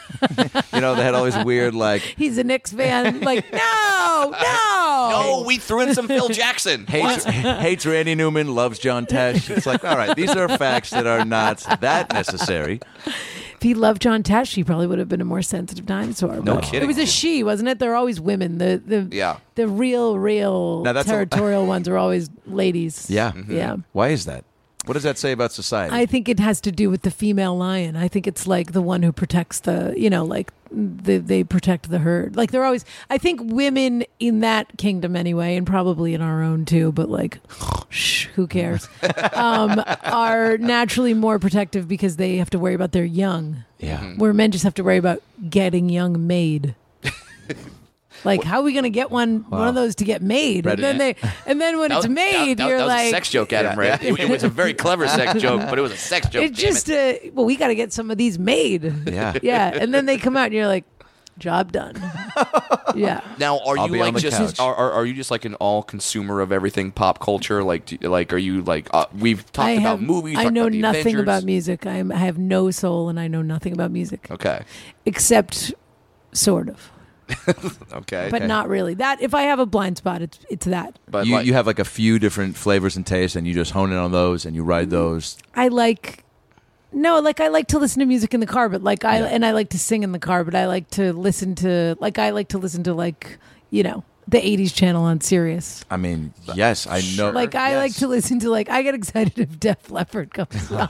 You know, they had all these weird like.
He's a Knicks fan. Like, no,
Oh,
no.
we threw in some Phil Jackson.
Hates, hates Randy Newman, loves John Tesh. It's like, all right, these are facts that are not that necessary.
If he loved John Tesh, he probably would have been a more sensitive dinosaur.
No
But
kidding.
It was a she, wasn't it? They're always women. The the
Yeah.
the real, real
Now that's a-
territorial ones are always ladies.
Yeah. Mm-hmm.
Yeah.
Why is that? What does that say about society?
I think it has to do with the female lion. I think it's like the one who protects the, you know, like the, they protect the herd. Like they're always, I think women in that kingdom anyway, and probably in our own too, but like, shh, who cares? um, are naturally more protective because they have to worry about their young,
yeah.
where men just have to worry about getting young made. Like how are we gonna get one one of those to get made?
Ready.
And then they and then when
That
it's
was-
made,
that, that,
you're
that was
like
a sex joke, Adam.
Yeah.
Right? It, it was a very clever sex joke, but it was a sex joke.
it
damn
just uh, well we got to get some of these made
Yeah.
yeah and then they come out and you're like job done yeah
Now, are
I'll
you
be on
like
the couch.
just are, are, are you just like an all consumer of everything pop culture? Like, do, like are you like uh, we've talked
i
about
have
movies?
i
talked
know
about the
nothing
Avengers.
about music I, am, I have no soul and i know nothing about music
Okay,
except sort of
okay,
but not really that if i have a blind spot it's it's that
But
you,
like,
you have like a few different flavors and tastes, and you just hone in on those and you
Mm-hmm.
ride those.
i like no like i like to listen to music in the car but like i
Yeah.
and i like to sing in the car but i like to listen to like i like to listen to like you know the 80s channel on Sirius.
I mean, yes, I know.
Like I like to listen to like I get excited if Def Leppard comes on.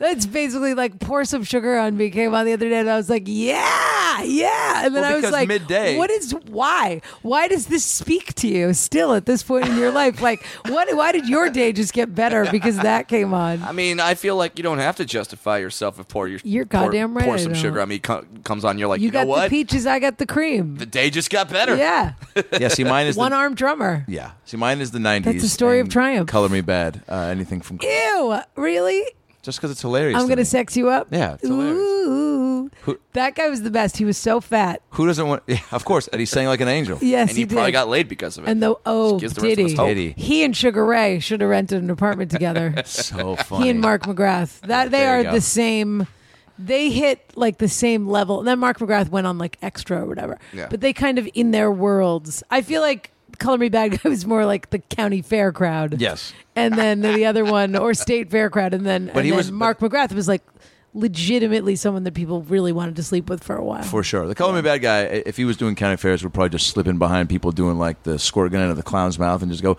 That's basically like pour some sugar on me came on the other day and I was like, yeah, yeah. And then
Well,
I was
because
like,
midday-
what is why? Why does this speak to you still at this point in your life? Like, what? Why did your day just get better because that came on?
I mean, I feel like you don't have to justify yourself if pour your
You're
pour-
goddamn right
Pour
I
some
don't.
sugar on me co- comes on. You're like,
You,
you, know
got the
what?
peaches, I got the cream.
The day just got better.
Yeah,
Yeah, see, mine is
one
the,
arm drummer.
Yeah, see, mine is the '90s.
the story of
and
triumph.
Color me bad. Uh, anything from
Ew, really?
just because it's hilarious.
I'm
to
gonna
me.
sex you up.
Yeah, it's hilarious.
Ooh,
Who-
that guy was the best. He was so fat.
Who doesn't want? Yeah, of course, and he sang like an angel.
Yes,
and
he
you probably
did.
got laid because of it.
And the oh,
gives the rest
did
of us
he?
hope.
Did he?
He and Sugar Ray should have rented an apartment together.
So funny.
he and Mark McGrath. That they
There
are
you go.
the same. They hit like the same level. And then Mark McGrath went on like extra or whatever.
Yeah.
But they kind of in their worlds. I feel like Color Me Bad Guy was more like the county fair crowd.
Yes.
And then the other one or state fair crowd. And then, and
he
then
was-
Mark McGrath was like legitimately someone that people really wanted to sleep with for a while.
For sure. The Color Me Bad guy, i- if he was doing county fairs, would probably just slip in behind people doing like the squirt gun out of the clown's mouth and just go,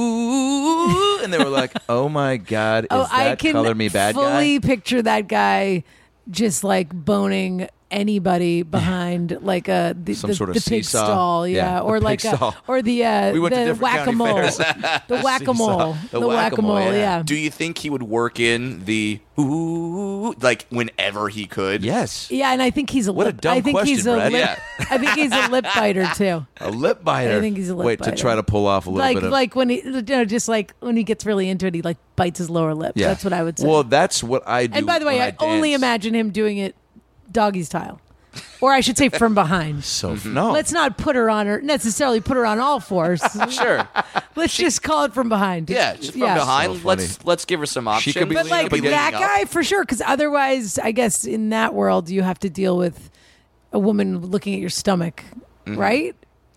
ooh. And they were like, oh my God, is
Oh,
that
I can
Color Me Bad
fully
guy?
picture that guy just like boning anybody behind like a the,
Some
the-
sort of
the pig
seesaw.
stall,
Yeah,
yeah,
the
or
pig
like
stall.
a, or the uh,
We went to
the
different county
whack-a-mole,
fairs.
the whack-a-mole,
Seesaw.
the, whack-a-mole, yeah.
Do you think he would work in the ooh like whenever he could?
Yes.
yeah, and I think he's a
What a
lip.
dumb
I think he's
question,
a
Brad.
lip.
Yeah.
I think he's a lip biter too.
A lip biter.
I think he's a lip
Wait,
biter.
to try to pull off a little
Like
bit of.
like when he you know, just like when he gets really into it, he like bites his lower lip.
yeah.
That's what I would say.
Well, that's what I do.
And by the way,
when
I, only
dance.
imagine him doing it doggy style, or I should say from behind.
So,
Mm-hmm.
no.
Let's not put her on her necessarily put her on all fours.
Sure.
Let's just call it from behind.
Yeah, just from
Yeah.
behind.
So
let's let's give her some options.
could be
But
Leaning
like
up and
that
Leaning up.
guy for sure, because otherwise, I guess in that world you have to deal with a woman looking at your stomach, right?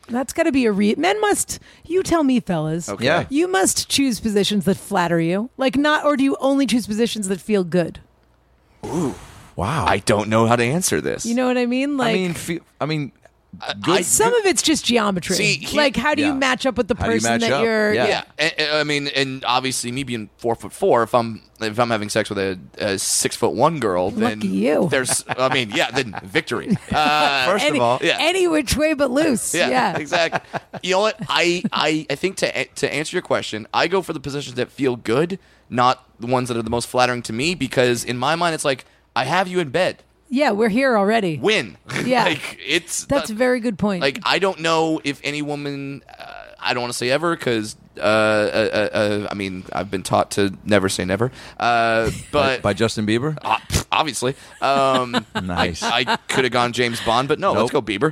That's got to be a re. Men must. You tell me, fellas.
Okay.
Yeah.
You must choose positions that flatter you, like not, or do you only choose positions that feel good?
Wow.
I don't know how to answer this.
You know what I mean? Like
I mean, fe- I mean,
I-
Some of it's just geometry.
See, he-
like, how do
yeah.
you match up with the
How do you
person
match
that
up?
you're?
Yeah.
yeah, and- and- I mean, and obviously me being four foot four, if I'm if I'm having sex with a, a six foot one girl, then
Lucky you.
there's, I mean, yeah, then victory. Uh,
first
Any,
of all,
yeah.
any which way but loose.
yeah,
Yeah.
exactly. You know what? I, I I think to a- to answer your question, I go for the positions that feel good, not the ones that are the most flattering to me, because in my mind it's like I have you in bed.
Yeah, we're here already.
Win.
Yeah.
like it's
That's a
uh,
very good point.
like I don't know if any woman. Uh, I don't want to say ever because uh, uh, uh, uh, I mean I've been taught to never say never. Uh, but
by Justin Bieber.
uh, pff, obviously, um,
Nice.
I, I could have gone James Bond, but no, let's go
Nope.
Bieber.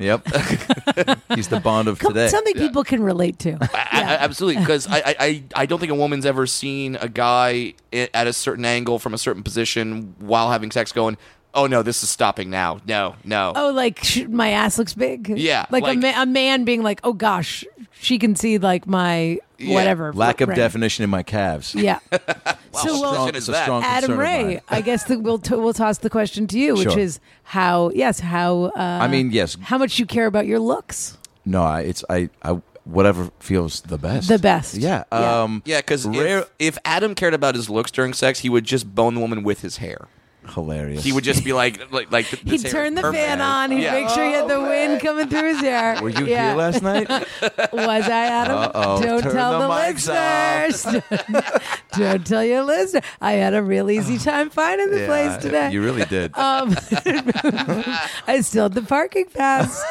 Yep. He's the Bond of
Come-
today.
something people can relate to.
A- a- absolutely, because I, I- I, I don't think a woman's ever seen a guy i- at a certain angle from a certain position while having sex going, oh no, this is stopping now. No, no.
Oh, like sh- my ass looks big.
Yeah,
like, a,
like-
ma- a man being like, "Oh gosh, she can see like my
Yeah,
whatever."
Lack of
right.
definition in my calves.
Yeah. so
what
well,
percent is
it's a
that?
strong concern
Adam
of
Ray,
mine.
I guess that we'll t- we'll toss the question to you, which
Sure.
is how yes, how uh,
I mean, yes.
how much you care about your looks.
No, I, it's I, I. Whatever feels the best.
The best.
Yeah.
Yeah.
Um,
yeah, because
rare.
if, if Adam cared about his looks during sex, he would just bone the woman with his hair.
hilarious.
He would just be like, like, like this
He'd
hair
turn
is
the
perfect. Oh,
fan on. He'd
Yeah.
make sure he had the wind coming through his hair.
Were you
yeah.
here last night?
Was I Adam?
Uh-oh,
Don't
turn
tell
the
the,
mics
listeners. Don't tell your listener. I had a real easy time finding the place today.
You really did.
Um, I still had the parking pass.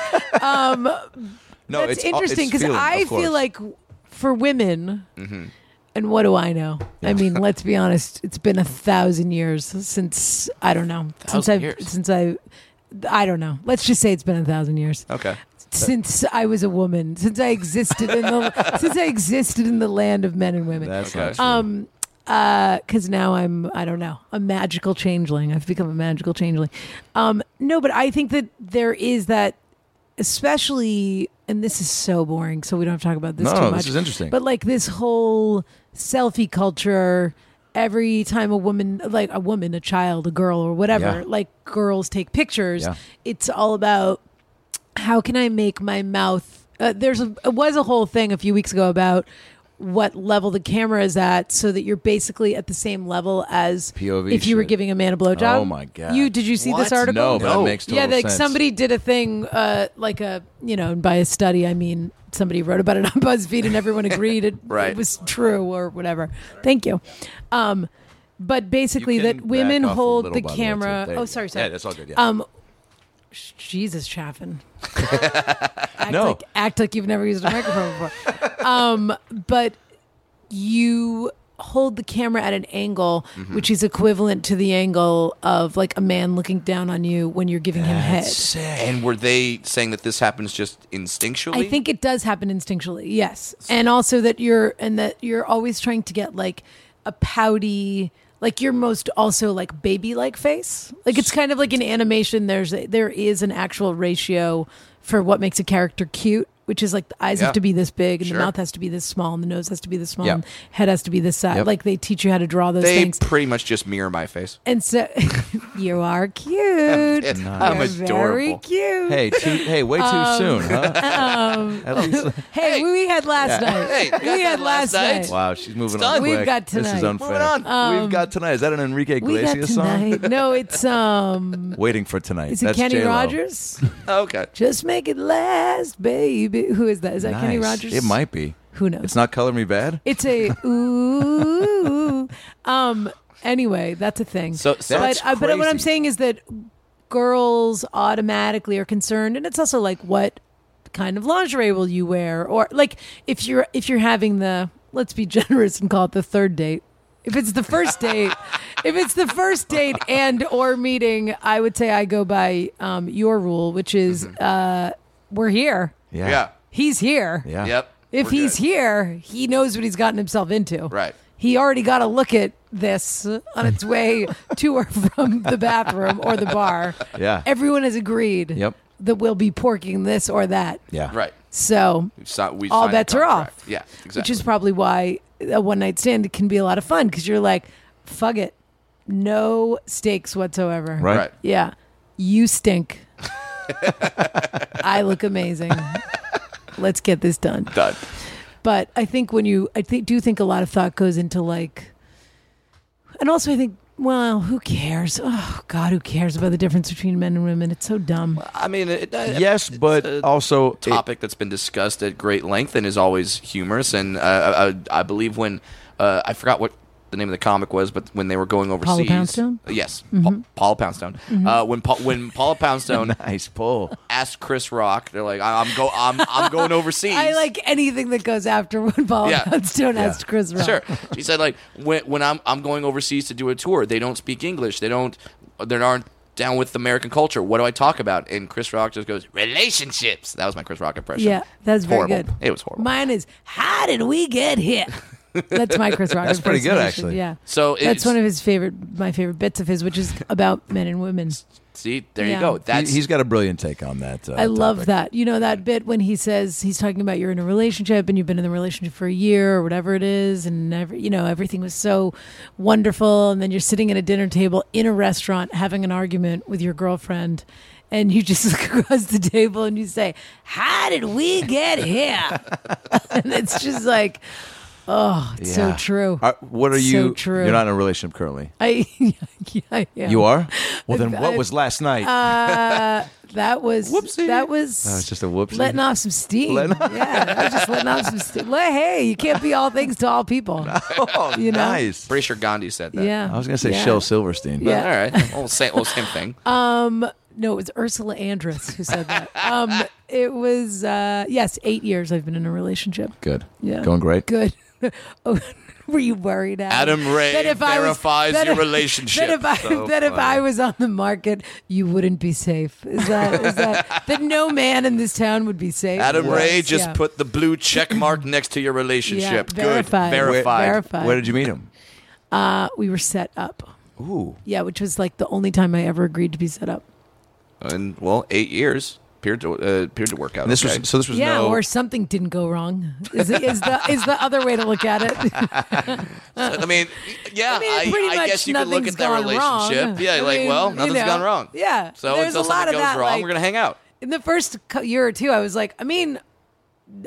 Um,
no,
that's
it's all- it's
interesting because
feeling,
I
of course. Mm-hmm.
feel like for women, and what do I know? I mean, let's be honest. It's been a thousand years since I don't know since
Thousand
I
years.
since I I don't know. Let's just say it's been a thousand years
Okay.
since I was a woman. Since I existed in the since I existed in the land of men and women.
that's
Okay.
not true.
Um, because now I'm I don't know a magical changeling. I've become a magical changeling. Um, no, but I think that there is that, especially, and this is so boring. So we don't have to talk about this
No,
too
no,
much.
this is interesting.
But like this whole selfie culture. Every time a woman, like a woman, a child, a girl, or whatever,
Yeah.
like girls take pictures,
Yeah.
it's all about how can I make my mouth? Uh, there's a it was a whole thing a few weeks ago about what level the camera is at, so that you're basically at the same level as
POV
If you were
shit.
giving a man a blowjob.
Oh, my God.
You did you see this
What?
article?
no, but
No.
that makes total
oh, yeah, like
sense.
somebody did a thing, uh, like a you know, and by a study I mean somebody wrote about it on BuzzFeed and everyone agreed it,
Right.
it was true or whatever. Thank you. Um, but basically,
You can
that women
back off a
hold
little,
the
by way, too.
camera.
There you
oh,
go.
sorry, sorry.
Yeah, that's all good. Yeah.
Um, sh- Jesus, Chaffin. act
No.
like, act like you've never used a microphone before. um, but you hold the camera at an angle
Mm-hmm.
which is equivalent to the angle of like a man looking down on you when you're giving him head.
And were they saying that this happens just instinctually?
I think it does happen instinctually, yes, and also that you're and that you're always trying to get like a pouty, like your most also like baby like face. Like it's kind of like in animation. There's a, there is an actual ratio for what makes a character cute, which is like the eyes
Yeah.
have to be this big and
Sure.
the mouth has to be this small and the nose has to be this small
Yeah.
and head has to be this size.
Yep.
Like they teach you how to draw those
they
things.
pretty much just mirror my face.
and so you are cute.
It's-
You're
I'm
Very
adorable.
cute.
hey, too, hey, way too soon, huh?
Um,
At least,
hey,
Hey.
we had last night.
Hey, we
we
got
had
that last
last
night.
night.
wow, she's moving
done.
on.
We've
quick.
got
This is
tonight. Um,
unfair.
Moving on.
We've got tonight. Is that an Enrique
We got
Iglesias song?
tonight. No, it's um.
Waiting for tonight.
Is it
That's
Kenny
J-Lo.
Rogers?
Oh, Okay.
Just make it last, baby. Who is that? Is that Kenny
Nice.
Rogers?
It might be.
Who knows?
It's not Color Me Bad.
It's a ooh. um. Anyway, that's a thing.
So, so
but
that's
uh, but what I'm
crazy.
saying is that girls automatically are concerned, and it's also like what kind of lingerie will you wear, or like if you're if you're having the let's be generous and call it the third date. If it's the first date, if it's the first date and or meeting, I would say I go by um, your rule, which is uh, we're here.
Mm-hmm. Yeah.
He's here.
Yeah.
Yep.
If
We're
he's
good.
here, he knows what he's gotten himself into.
Right.
He already got a look at this on its way to or from the bathroom or the bar.
Yeah.
Everyone has agreed
Yep.
that we'll be porking this or that.
Yeah.
Right.
So,
We've si- we
All
signed a
bets are
contract.
off.
Yeah, exactly.
which is probably why a one night stand can be a lot of fun because you're like, fuck it. No stakes whatsoever.
Right.
Right.
Yeah. You stink. I look amazing. Let's get this done.
done.
but I think when you, I thi- do think a lot of thought goes into like, and also I think, well, who cares? Oh God, who cares about the difference between men and women? It's so dumb.
I mean, it, it-
Yes,
it's
but
a
also it-
topic that's been discussed at great length and is always humorous. And uh, I, I believe when uh, I forgot what the name of the comic was, but when they were going overseas,
Poundstone?
yes, Pa- Paula Poundstone. Uh, when pa- when Paula Poundstone
Nice pull.
asked Chris Rock, they're like, I- "I'm go, I'm I'm going overseas."
I like anything that goes after when Paul
Yeah.
Poundstone asked Chris Rock.
Sure. She said like when when I'm I'm going overseas to do a tour, they don't speak English. They don't they aren't down with American culture. What do I talk about? And Chris Rock just goes, "Relationships." That was my Chris Rock impression.
Yeah, that's very
horrible.
good.
It was horrible.
Mine is how did we get here? That's my Chris Rock.
That's pretty good,
impersonation,
actually.
Yeah.
So
that's
it's-
one of his favorite, my favorite bits of his, which is about men and women.
See, there
Yeah.
you go.
He,
That's
he's got a brilliant take on that. Uh,
I love
topic.
that. You know that bit when he says he's talking about you're in a relationship and you've been in the relationship for a year or whatever it is, and every, you know everything was so wonderful, and then you're sitting at a dinner table in a restaurant having an argument with your girlfriend, and you just look across the table and you say, "How did we get here?" and it's just like, oh, it's so
Yeah.
true.
Are- what are
So
you?
true.
You're not in a relationship currently.
I, yeah, I am.
You are. Well, then,
I-
what was last night?
Uh, that was
Whoopsie.
That was.
That was just a whoopsie.
Letting off some steam. yeah, that was just letting off some steam. Like, hey, you can't be all things to all people.
oh,
you know?
nice.
pretty sure Gandhi said that.
Yeah.
I was gonna say
yeah.
Shel Silverstein.
Yeah. Uh,
All right. Well, same, well, same thing.
No, it was Ursula Andress who said that. um, it was uh, yes, eight years I've been in a relationship.
Good.
Yeah.
Going great.
Good. oh, were you worried, Adam?
Adam Ray
That if I was-
verifies
that
your
if-
relationship.
That if I
So
that if
funny.
I was on the market, you wouldn't be safe. Is that is that that no man in this town would be safe?
Adam
Yes,
Ray just
yeah.
put the blue check mark next to your relationship.
Yeah,
Good.
verified.
Verified.
Verified.
Where did you meet him?
Uh, we were set up.
Ooh.
Yeah, which was like the only time I ever agreed to be set up.
And well, eight years appeared to uh, appeared to work out.
And this
okay.
was so. This was
Yeah,
no.
or something didn't go wrong. Is the, is the is the other way to look at it?
I mean, yeah,
I mean,
I,
pretty
I
much
guess you could look
nothing's
at that
gone
relationship.
wrong.
Yeah,
I
you're like,
mean,
well,
you
nothing's
know,
gone wrong.
yeah,
So
there's
until
a lot
something
of
goes
that,
wrong,
like-
we're gonna hang out.
In the first cou- year or two, I was like, I mean,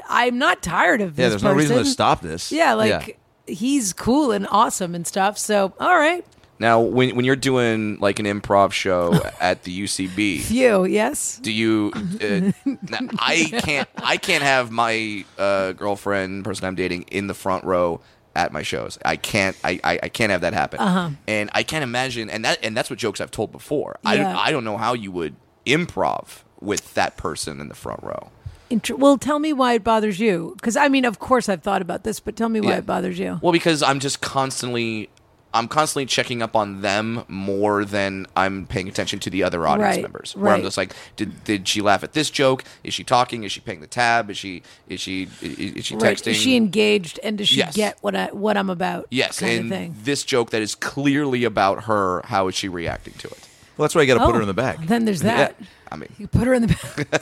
I'm not tired of
Yeah.
this
There's no reason to
person.
stop this.
Yeah, like he's cool and awesome and stuff. So all right,
Now, when when you're doing like an improv show at the UCB,
you yes,
do you? Uh, now, I can't. I can't have my uh, girlfriend, person I'm dating, in the front row at my shows. I can't. I, I, I can't have that happen. Uh-huh. And I can't imagine. And that and that's what jokes I've told before. I
Yeah.
I don't know how you would improv with that person in the front row.
Inter- well, tell me why it bothers you. Because I mean, of course, I've thought about this, but tell me why
Yeah.
it bothers you.
Well, because I'm just constantly I'm constantly checking up on them more than I'm paying attention to the other audience
Right,
members. Where I'm
right.
just like, did did she laugh at this joke? Is she talking? Is she paying the tab? Is she is she is, is she texting?
Right. Is she engaged and does she
Yes.
get what I what I'm about?
yes,
kind
and
of thing.
this joke that is clearly about her. How is she reacting to it?
Well, that's why you got to put
Oh,
her in the back.
Then there's that.
I mean,
You put her in the back.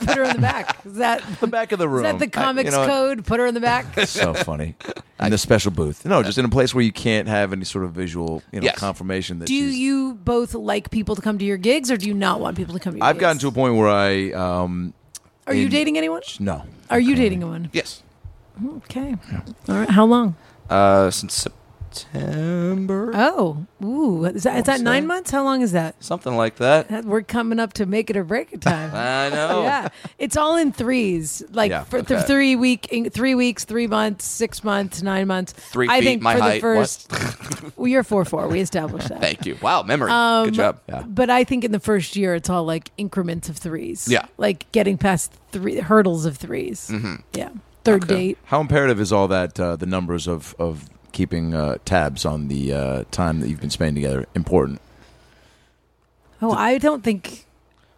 put her in the back. Is that
the back of the
is
room.
that the comics
you know what?
code? Put her in the back.
so funny. In the special booth. No, just in a place where you can't have any sort of visual, you know,
Yes.
confirmation that
Do
she's-
you both like people to come to your gigs, or do you not want people to come to your
I've
gigs?
gotten to a point where I um
Are you
in-
dating anyone?
no.
Are you dating anyone?
yes.
Okay. All right. How long?
Uh, since September,
Oh, ooh. Is that, is that nine months? How long is that?
something like that.
That- We're coming up to make it or break it time.
I know.
uh, Yeah, it's all in threes. Like
Yeah,
for th-
okay.
three week, in- three weeks, three months, six months, nine months.
Three
I
feet,
think
my
for the
height.
first, well, you're four four. We established that.
Thank you. Wow, memory.
Um,
Good job.
But I think in the first year, it's all like increments of threes.
Yeah. Mm-hmm.
like getting past three hurdles of 3s Yeah, third date.
How imperative is all that uh, the numbers of of keeping uh, tabs on the uh, time that you've been spending together important?
Oh, I don't think.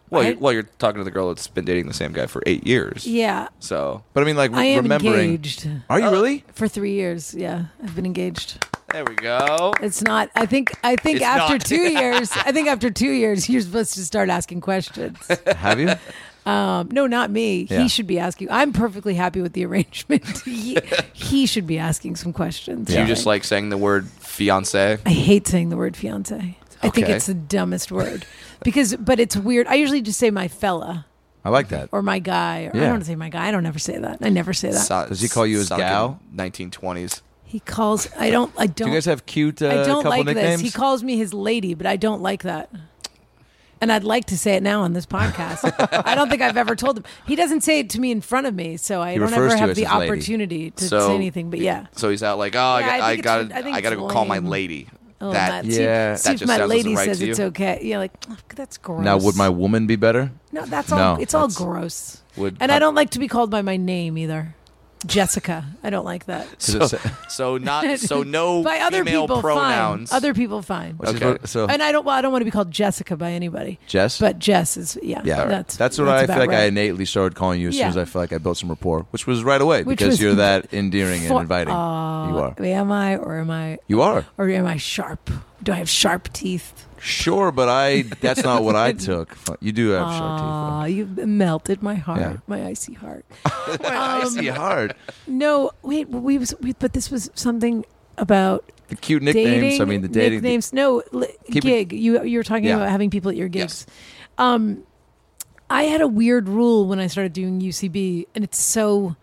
Well,
I-
you're, well, you're talking to the girl that's been dating the same guy for eight years.
Yeah,
So
But I mean like
I am
remembering
engaged Uh,
Are you really?
for three years. Yeah, I've been engaged.
there we go.
It's not. I think. I think
It's
after
not.
two years. I think after two years, you're supposed to start asking questions.
Have you?
Um, no, not me.
Yeah.
He should be asking. I'm perfectly happy with the arrangement. he, he should be asking some questions.
You just like saying the word fiance.
I hate saying the word fiance. I think
Okay.
it's the dumbest word because, but it's weird. I usually just say my fella
I like that.
or my guy. Or I
Yeah.
don't say my guy. I don't ever say that. I never say that.
Does he call you his gal?
Nineteen twenties.
He calls. I don't. I don't.
Do you guys have cute uh,
I don't
couple
like
nicknames?
this. He calls me his lady, but I don't like that. And and I'd like to say it now on this podcast. I don't think I've ever told him. He doesn't say it to me in front of me, so I
He
don't
refers
ever
to
have
us
the
as lady.
opportunity to
So-
say anything. But yeah,
So he's out like, oh, I
Yeah, I
got- I,
think it's-
gotta,
I think
I, gotta
it's
go call my
lame.
lady.
oh,
that,
that, see,
Yeah.
see
That
if
just
my
sounds
lady
right
says
to
it's
you.
okay. Yeah, like "Ugh, that's gross.
Now, would my woman be better?
no? That's all.
No,
it's all
that's-
gross.
Would-
and I don't like to be called by my name either, Jessica. I don't like that.
So,
uh,
so not so no
by other
female
people,
pronouns.
fine. Other people, fine.
Which is
Okay.
what- so
And I don't. Well, I don't want to be called Jessica by anybody.
Jess?
But Jess is yeah.
yeah,
that's
that's, what I feel
about
like. I
right.
innately started calling you as
Yeah.
soon as I feel like I built some rapport, which was right away
Which
because
was-
you're that endearing
For- uh,
and inviting. you are.
Am I or am I
You are
or am I sharp? Do I have sharp teeth?
sure, but I. That's not what I took. You do have sharp teeth.
Aw, you Ah, melted my heart,
Yeah.
my icy heart. Um,
I see hard.
No, wait, we was, we, but this was something about
The cute nicknames.
dating.
I mean, the dating.
nicknames. No li-
Keep it-
gig. you you were talking
Yeah.
about having people at your gigs. Um, I had a weird rule when I started doing UCB, and it's so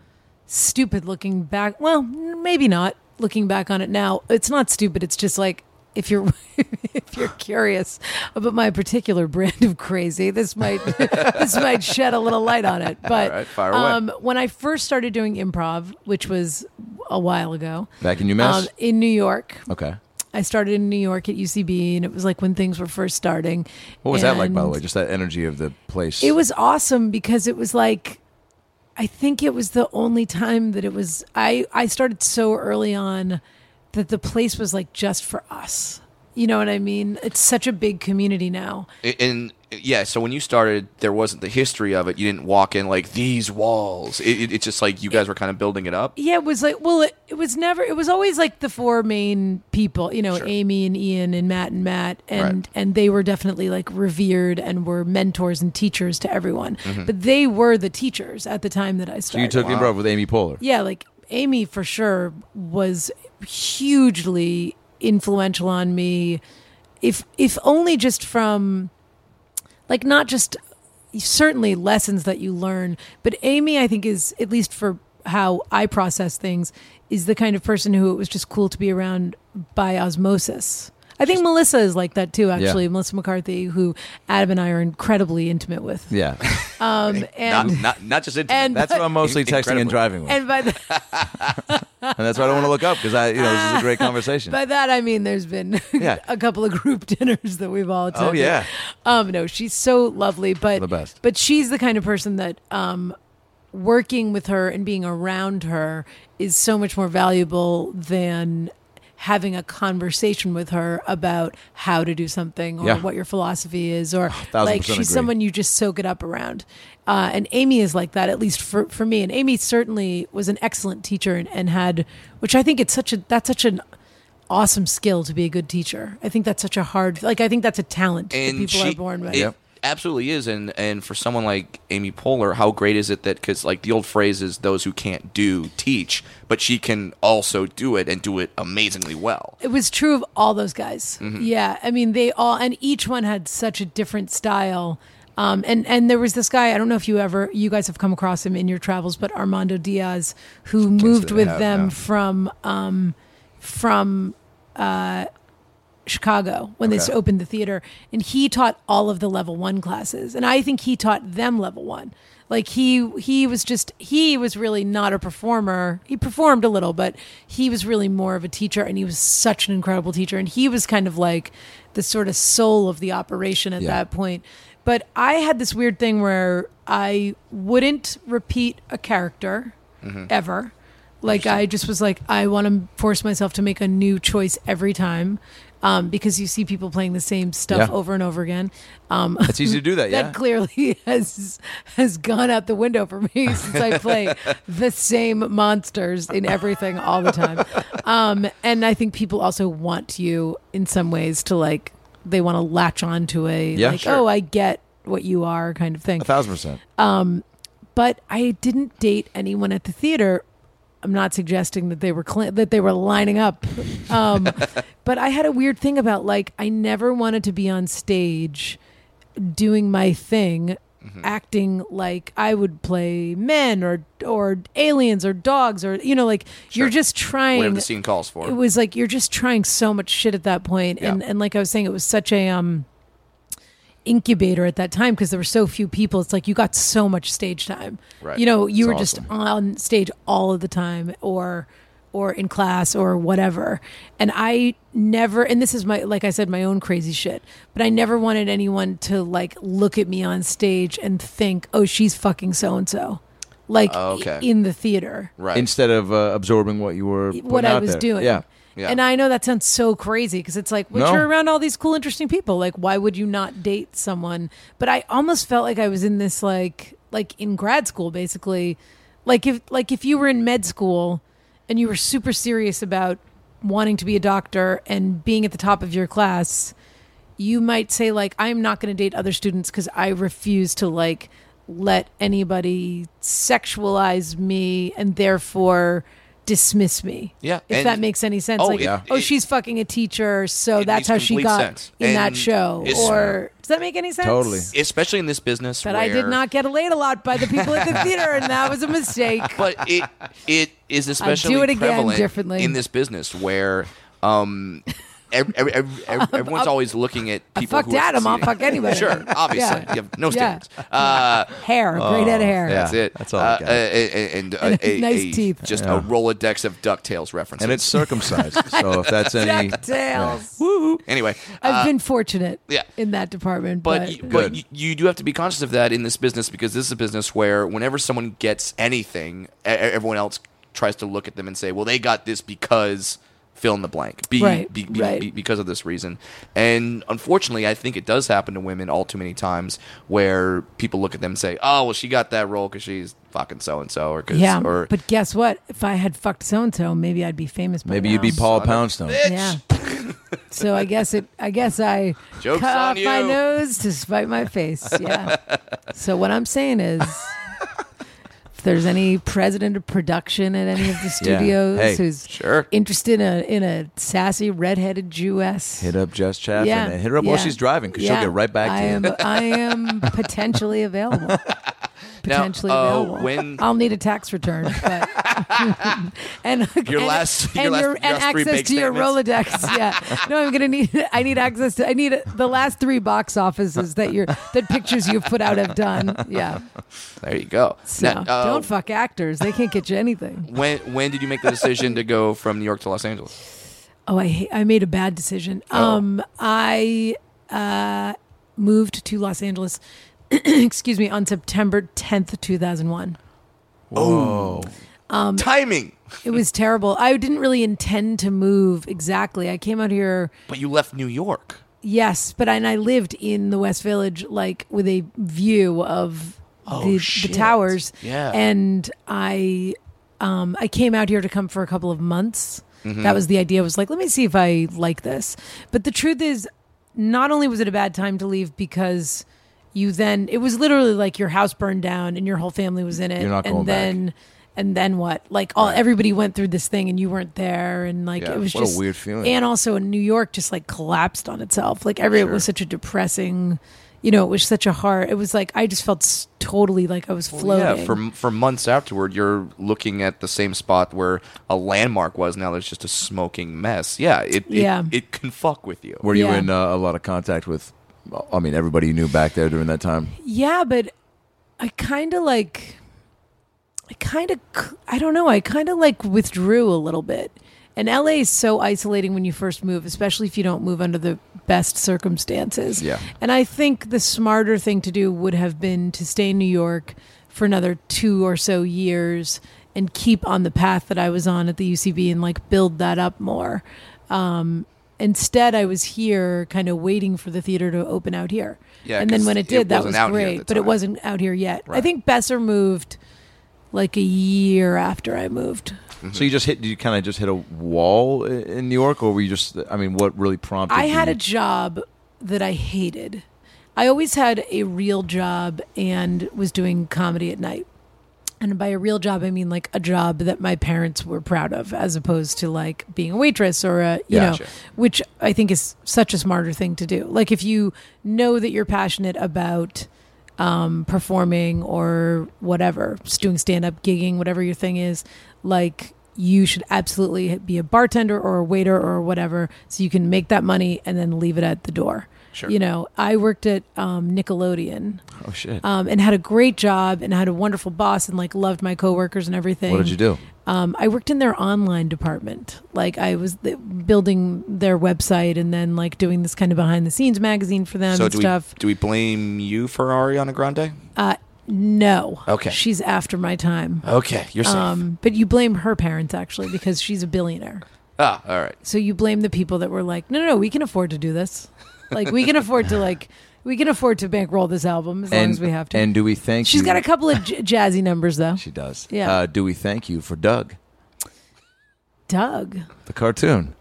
stupid looking back. Well, maybe not looking back on it now. It's not stupid. It's just like if you're if you're curious about my particular brand of crazy, this might this might shed a little light on it. But um,
right, fire away.
when I first started doing improv, which was a while ago,
Back in UMass?
um, in New York,
okay.
I started in New York at UCB, and it was like when things were first starting.
What was that like, by the
And
way? Just that energy of the place.
It was awesome because it was like, I think it was the only time that it was. I I started so early on that the place was like just for us. You know what I mean? It's such a big community now.
And- and yeah, so when you started, there wasn't the history of it. You didn't walk in like these walls. It, it, it's just like you guys were kind of building it up.
Yeah, it was like well, it, it was never. It was always like the four main people, you know, Amy and Ian and Matt and Matt, and and they were definitely like revered and were mentors and teachers to everyone. But they were the teachers at the time that I
Mm-hmm. so
started.
you took improv with Amy Poehler.
yeah, like Amy for sure was hugely influential on me. If if only just from like not just certainly lessons that you learn, but Amy, I think, is at least for how I process things, is the kind of person who it was just cool to be around by osmosis. I think Melissa is like that too, actually. Melissa McCarthy, who Adam and I are incredibly intimate with.
Yeah,
Um, and
not, not not just intimate.
and-
That's-
that's what I'm mostly texting and
Incredibly.
driving with, and,
and by the
that's why I don't want to look up because I, you know, this is a great conversation.
By that I mean there's been
Yeah. Oh,
a couple of group dinners that we've all attended.
yeah.
Um no, she's so lovely, but
The best.
but she's the kind of person that um working with her and being around her is so much more valuable than having a conversation with her about how to do something or
Yeah.
what your philosophy is or
thousand
like she's
percent agree.
someone you just soak it up around uh, and amy is like that at least for, for me and amy certainly was an excellent teacher and, and had which i think it's such a that's such an awesome skill to be a good teacher i think that's such a hard like i think that's a talent
and
that people
she-
are born with
It absolutely is. And and for someone like Amy Poehler, how great is it that because like the old phrase is those who can't do teach, but she can also do it and do it amazingly well.
it was true of all those guys. Yeah, I mean they all and each one had such a different style. Um, and and there was this guy I don't know if you ever you guys have come across him in your travels, but Armando Diaz who moved
they
with
have,
them
yeah.
from um, from uh, Chicago when they
Okay.
opened the theater, and he taught all of the level one classes, and I think he taught them level one. Like he he was just he was really not a performer. He performed a little, but he was really more of a teacher, and he was such an incredible teacher, and he was kind of like the sort of soul of the operation at
Yeah.
that point. But I had this weird thing where I wouldn't repeat a character ever. Like I just was like, I want to force myself to make a new choice every time, um, because you see people playing the same stuff
Yeah.
over and over again. Um,
it's easy to do that. Yeah,
that clearly has has gone out the window for me since I play the same monsters in everything all the time. Um, and I think people also want you in some ways to like they want to latch on to a
Yeah,
like
sure.
oh I get what you are kind of thing
a thousand percent.
but I didn't date anyone at the theater. I'm not suggesting that they were cl- that they were lining up, um, but I had a weird thing about like I never wanted to be on stage doing my thing, acting like I would play men or or aliens or dogs or you know like you're just trying
Whatever the scene calls for.
it was like you're just trying so much shit at that point. and
Yeah.
and like I was saying, it was such a um, incubator at that time because there were so few people. It's like you got so much stage time.
Right.
You know, you
It's
were
awesome.
just on stage all of the time or or in class or whatever. And I never and this is my like I said my own crazy shit, but I never wanted anyone to like look at me on stage and think, "Oh, she's fucking so and so." Like
Okay.
in the theater
Right.
instead of uh, absorbing what you were putting
what I
out
was
there.
doing.
Yeah.
Yeah.
And I know that sounds so crazy because it's like, well,
No.
you're around all these cool, interesting people. Like, why would you not date someone? But I almost felt like I was in this like, like in grad school, basically. Like if, like if you were in med school and you were super serious about wanting to be a doctor and being at the top of your class, you might say like, I'm not going to date other students because I refuse to like let anybody sexualize me and therefore dismiss me
Yeah,
if
and-
that makes any sense.
Oh,
like,
yeah.
oh,
It-
she's fucking a teacher, so
it makes
that's how she
complete
got
sense.
in that
And
show.
it's-
Or does that make any sense?
Totally.
especially in this business
But
where
I did not get laid a lot by the people at the theater, and that was a mistake.
but it it is especially
it again
prevalent
differently.
in this business where um every, every, every, everyone's always looking at
I
people
fucked
who are
Adam. I'll
succeeding.
fuck anybody.
Sure, obviously,
Yeah.
you have no
Yeah.
standards. Uh,
Hair, great head of hair.
yeah.
that's it.
that's all I
Uh,
got.
a- a- a- and a, a,
nice
a-
teeth.
Just a rolodex of Ducktales references.
And it's circumcised. so if that's any
DuckTales.
anyway.
I've been fortunate
Uh, yeah.
in that department,
but
but,
y- but y- you do have to be conscious of that in this business because this is a business where whenever someone gets anything, e- e- everyone else tries to look at them and say, "Well, they got this because fill in the blank, be,
Right,
be, be-
right.
be- because of this reason." And unfortunately, I think it does happen to women all too many times where people look at them and say, "Oh, well, she got that role because she's fucking so and so," or because
yeah.
or
but guess what? If I had fucked so and so, maybe I'd be famous. By
maybe
now.
you'd be Paul Poundstone.
Yeah. so I guess it. I guess I
Joke's
cut
on
off my
you.
nose to spite my face. Yeah. so what I'm saying is, if there's any president of production at any of the
Yeah.
studios
Hey,
who's
sure.
interested in a, in a sassy redheaded Jewess,
Hit up Jess Chaffin
yeah,
and hit her up while
yeah,
she's driving because
yeah.
she'll get right back
I
to
am,
you.
I am potentially available. Potentially
uh,
available.
when-
I'll need a tax return, but and
Your
and-
last- your
and,
last-
your,
your
and
last three
access
bank
to your
statements.
Rolodex. Yeah, no, I'm gonna need. I need access to. I need the last three box offices that your that pictures you've put out have done. Yeah,
there you go.
so
Now, uh,
don't fuck actors. They can't get you anything.
When when did you make the decision to go from New York to Los Angeles?
Oh, I hate- I made a bad decision. Um, I uh, moved to Los Angeles. excuse me, on September 10th, 2001. Um,
Timing.
It was terrible. I didn't really intend to move exactly. I came out here,
But you left New York.
yes, but I, and I lived in the West Village, like with a view of
Oh,
the, the
shit.
towers.
Yeah.
And I, um, I came out here to come for a couple of months.
Mm-hmm.
That was the idea. I was like, let me see if I like this. But the truth is, not only was it a bad time to leave because you then it was literally like your house burned down and your whole family was in it.
You're not going
and
back.
then and then what? Like all everybody went through this thing and you weren't there and like
Yeah,
it was
what a
just
weird feeling.
And also in New York just like collapsed on itself. Like every it was such a depressing you know, it was such a hard it was like I just felt s- totally like I was floating.
Yeah, for for months afterward, you're looking at the same spot where a landmark was. Now there's just a smoking mess. Yeah, it it,
Yeah.
it can fuck with you.
Were you
Yeah.
in uh, a lot of contact with, I mean, everybody you knew back there during that time?
Yeah, but I kind of like, I kind of, I don't know, I kind of like withdrew a little bit. And LA is so isolating when you first move, especially if you don't move under the best circumstances.
Yeah.
And I think the smarter thing to do would have been to stay in New York for another two or so years and keep on the path that I was on at the UCB and like build that up more. Um, instead, I was here kind of waiting for the theater to open out here.
Yeah,
and then
'cause
when it
it
did, that
wasn't
was
out here at
great,
the
but it
time.
wasn't out here yet. I
Right.
think Besser moved like a year after I moved.
Mm-hmm.
So you just hit, you kind of just hit a wall i- in New York, or were you just, I mean, what really prompted
I had
you?
a job that I hated. I always had a real job and was doing comedy at night. And by a real job, I mean like a job that my parents were proud of, as opposed to like being a waitress or a, you
Yeah,
know,
sure.
which I think is such a smarter thing to do. Like if you know that you're passionate about um, performing or whatever, just doing stand up, gigging, whatever your thing is, like you should absolutely be a bartender or a waiter or whatever so you can make that money and then leave it at the door.
Sure.
You know, I worked at um, Nickelodeon
Oh shit.
um, and had a great job and had a wonderful boss and like loved my coworkers and everything.
what did you do?
Um, I worked in their online department. Like I was th- building their website and then like doing this kind of behind the scenes magazine for them
so
and
do
stuff. Uh,
we do we blame you for Ariana Grande?
No.
Okay.
She's after my
Oh,
time.
Okay, you're safe.
Um, but you blame her parents actually because she's a billionaire.
ah, all right.
So you blame the people that were like, no, no, no, we can afford to do this. Like we can afford to like we can afford to bankroll this album as long as we have to.
And do we thank
She's
you?
got a couple of j- jazzy numbers though.
She does.
Yeah.
Uh, do we thank you for Doug,
Doug.
the cartoon?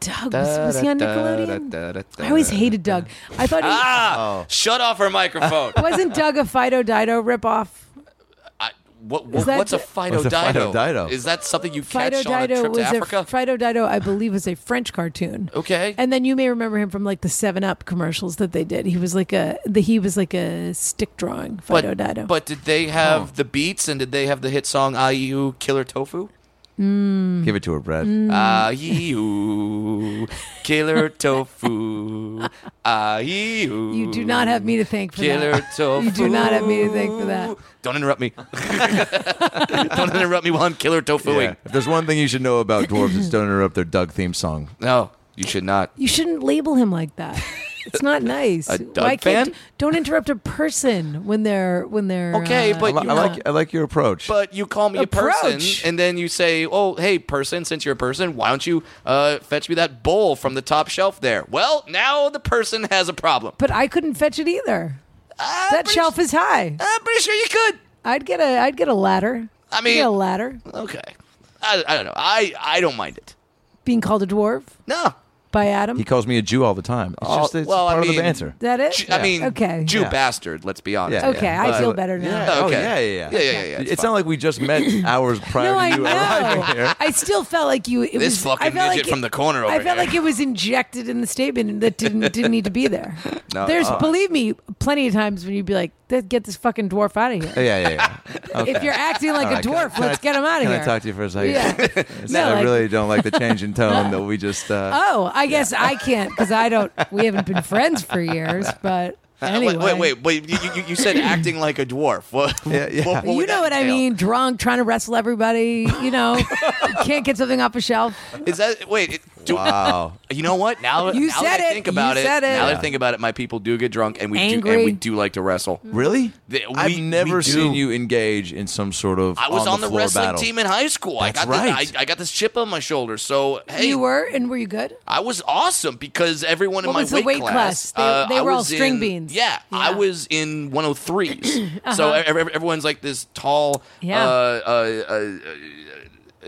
Doug was, was he on Nickelodeon? I always hated Doug. I thought he
Oh.
Ah, shut off her microphone.
wasn't Doug a Fido Dido ripoff.
I, what, what-
that
what's a
the-
Fido
What's a Fido
Dido?
Dido?
Is that something you catch
Fido
on a
Dido
trip to
was
Africa?
a Fido Dido, I believe, was a French cartoon.
okay.
And then you may remember him from like the Seven Up commercials that they did. He was like a the, he was like a stick drawing
but,
Fido Dido.
but did they have the beats and did they have the hit song IU Killer Tofu?
Mm.
Give it to her, Brad.
IU Killer Tofu. IU.
you do not have me to thank for
Killer
that.
Tofu.
You do not have me to thank for that.
Don't interrupt me. Don't interrupt me while I'm Killer Tofuing.
Yeah. If there's one thing you should know about dwarves, it's don't interrupt their Doug theme song.
No, you should not.
You shouldn't label him like that. It's not nice.
A Doug
Why can't
fan?
don't interrupt a person when they're when they're
Okay,
uh,
but
I, li-
you
I like I like your approach.
but you call me a
Approach.
person and then you say oh hey person since you're a person why don't you uh, fetch me that bowl from the top shelf there well now the person has a problem
but I couldn't fetch it either.
I'm
That
pretty
shelf
su-
is high.
i'm Uh, pretty sure you could
I'd get a I'd get a ladder.
I
I'd get
mean-
a ladder.
okay i, I don't know i i don't mind it
Being called a dwarf
no
by Adam.
he calls me a Jew all the time. It's
Oh,
just it's
well, I
part of
mean-
the banter.
Is that it?
Ju- i mean
Okay.
jew
Yeah.
bastard let's be honest
Yeah,
okay,
yeah.
I
But-
feel better now.
Yeah,
Okay.
Oh, yeah, yeah, yeah.
Yeah, yeah, yeah,
It's,
it's
not
fine.
like we just met hours prior to
No, I
you arriving
know.
here.
I still felt like you. It
This
was,
fucking
I felt
midget
like it-
from the corner
I
over
felt
here.
like it was injected in the statement that didn't didn't need to be there.
No,
There's,
uh,
believe me, plenty of times when you'd be like, "Th- "Get this fucking dwarf out of here."
Yeah, yeah, yeah.
If you're acting like
All right,
a
can
dwarf,
I- can
let's
I-
get him out of
Can
here.
I talk to you for a second?
Yeah.
It's-
No,
I
like-
really don't like the change in tone that we just. Uh,
Oh, I guess I can't because I don't. We haven't been friends for years, but
Uh,
anyway.
Wait, wait, wait! You, you, you said acting like a dwarf. What?
Yeah, yeah.
what- what
you
would
know
that
what I
entail?
mean? Drunk, trying to wrestle everybody. You know, can't get something off a shelf.
Is that wait? It, do,
Uh,
wow.
You know what? Now,
You
now
said
that I
it.
think about
You
it,
said it.
now that
Yeah.
I think about it, my people do get drunk and we do
Angry.
and we do like to wrestle.
Really?
Th- we-
I've
we
never
do.
seen you engage in some sort of.
I was on, the,
floor
wrestling
battle.
team in high school.
That's
I got the-
right.
I, I got this chip on my shoulder. So hey,
You were, and were you good?
I was awesome because everyone in
What
my
was the
weight, uh,
weight class? They- they
I
were all
was
string
in-
beans.
Yeah, I
Yeah. Uh-huh.
was in 103s. So e-, ev- ev- everyone's like this tall
Yeah.
uh, uh, uh, uh,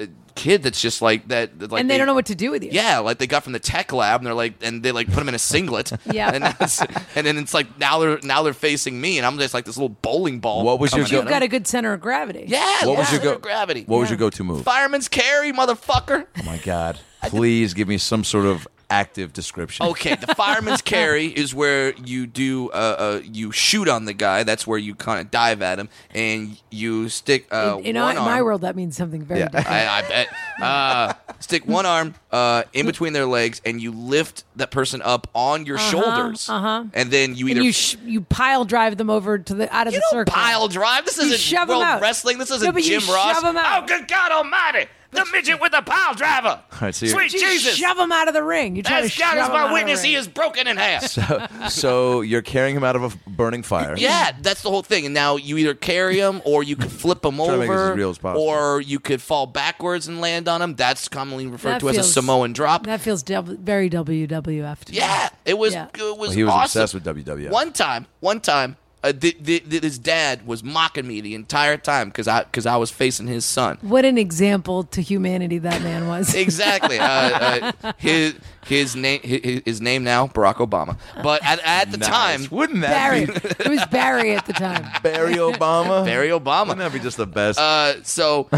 uh, kid that's just like that. that, Like
and they, don't know what to do with you.
Yeah, like they got from the tech lab, and they're like, and they like put them in a singlet.
Yeah.
and, that's- and then it's like now they're now they're facing me, and I'm just like this little bowling ball.
What was your
coming
You've
at
got a good center of gravity.
them. yeah?
What was
yeah,
your go-
center of gravity?
What was your go-to move?
Fireman's carry, motherfucker.
Oh my god! Please give me some sort of active description.
Okay, the fireman's carry is where you do uh, uh you shoot on the guy. That's where you kind of dive at him, and you stick uh,
In, in
one
my
arm-
world, that means something very different.
I, I bet. Uh, stick one arm uh, in between their legs, and you lift that person up on your shoulders. Uh-huh. And then you either
And you sh- you pile drive them over to the out of
You
the
don't
circle.
pile drive. This
You
isn't
shove 'em
world
out.
wrestling. This isn't
No, but you
Jim Ross.
shove 'em out.
Oh, good God Almighty! The midget with the pile driver.
right, so you're-
Sweet
You
Jesus!
shove them out of the ring. You try
As
to
God is
shove 'em out of
my
the
witness, he
ring.
is broken in half.
So you're carrying him out of a f- burning fire.
Yeah, that's the whole thing. And now you either carry him or you could flip him
to make this as
over,
real as possible.
or you could fall backwards and land on him. That's commonly referred
That
to as a
feels-
Samoan drop.
That feels w- very WWF. To me.
Yeah, it was
Yeah.
it was
Well, he was
awesome.
obsessed with WWF.
One time, one time, uh, th- th- th- his dad was mocking me the entire time because I because I was facing his son.
What an example to humanity that man was.
Exactly. Uh, uh, his his name his, his name now Barack Obama, but at, at the
Nice.
time
wouldn't that
Barry.
be
It was Barry at the time.
Barry Obama?
Barry Obama.
Wouldn't that be just the best?
Uh, so,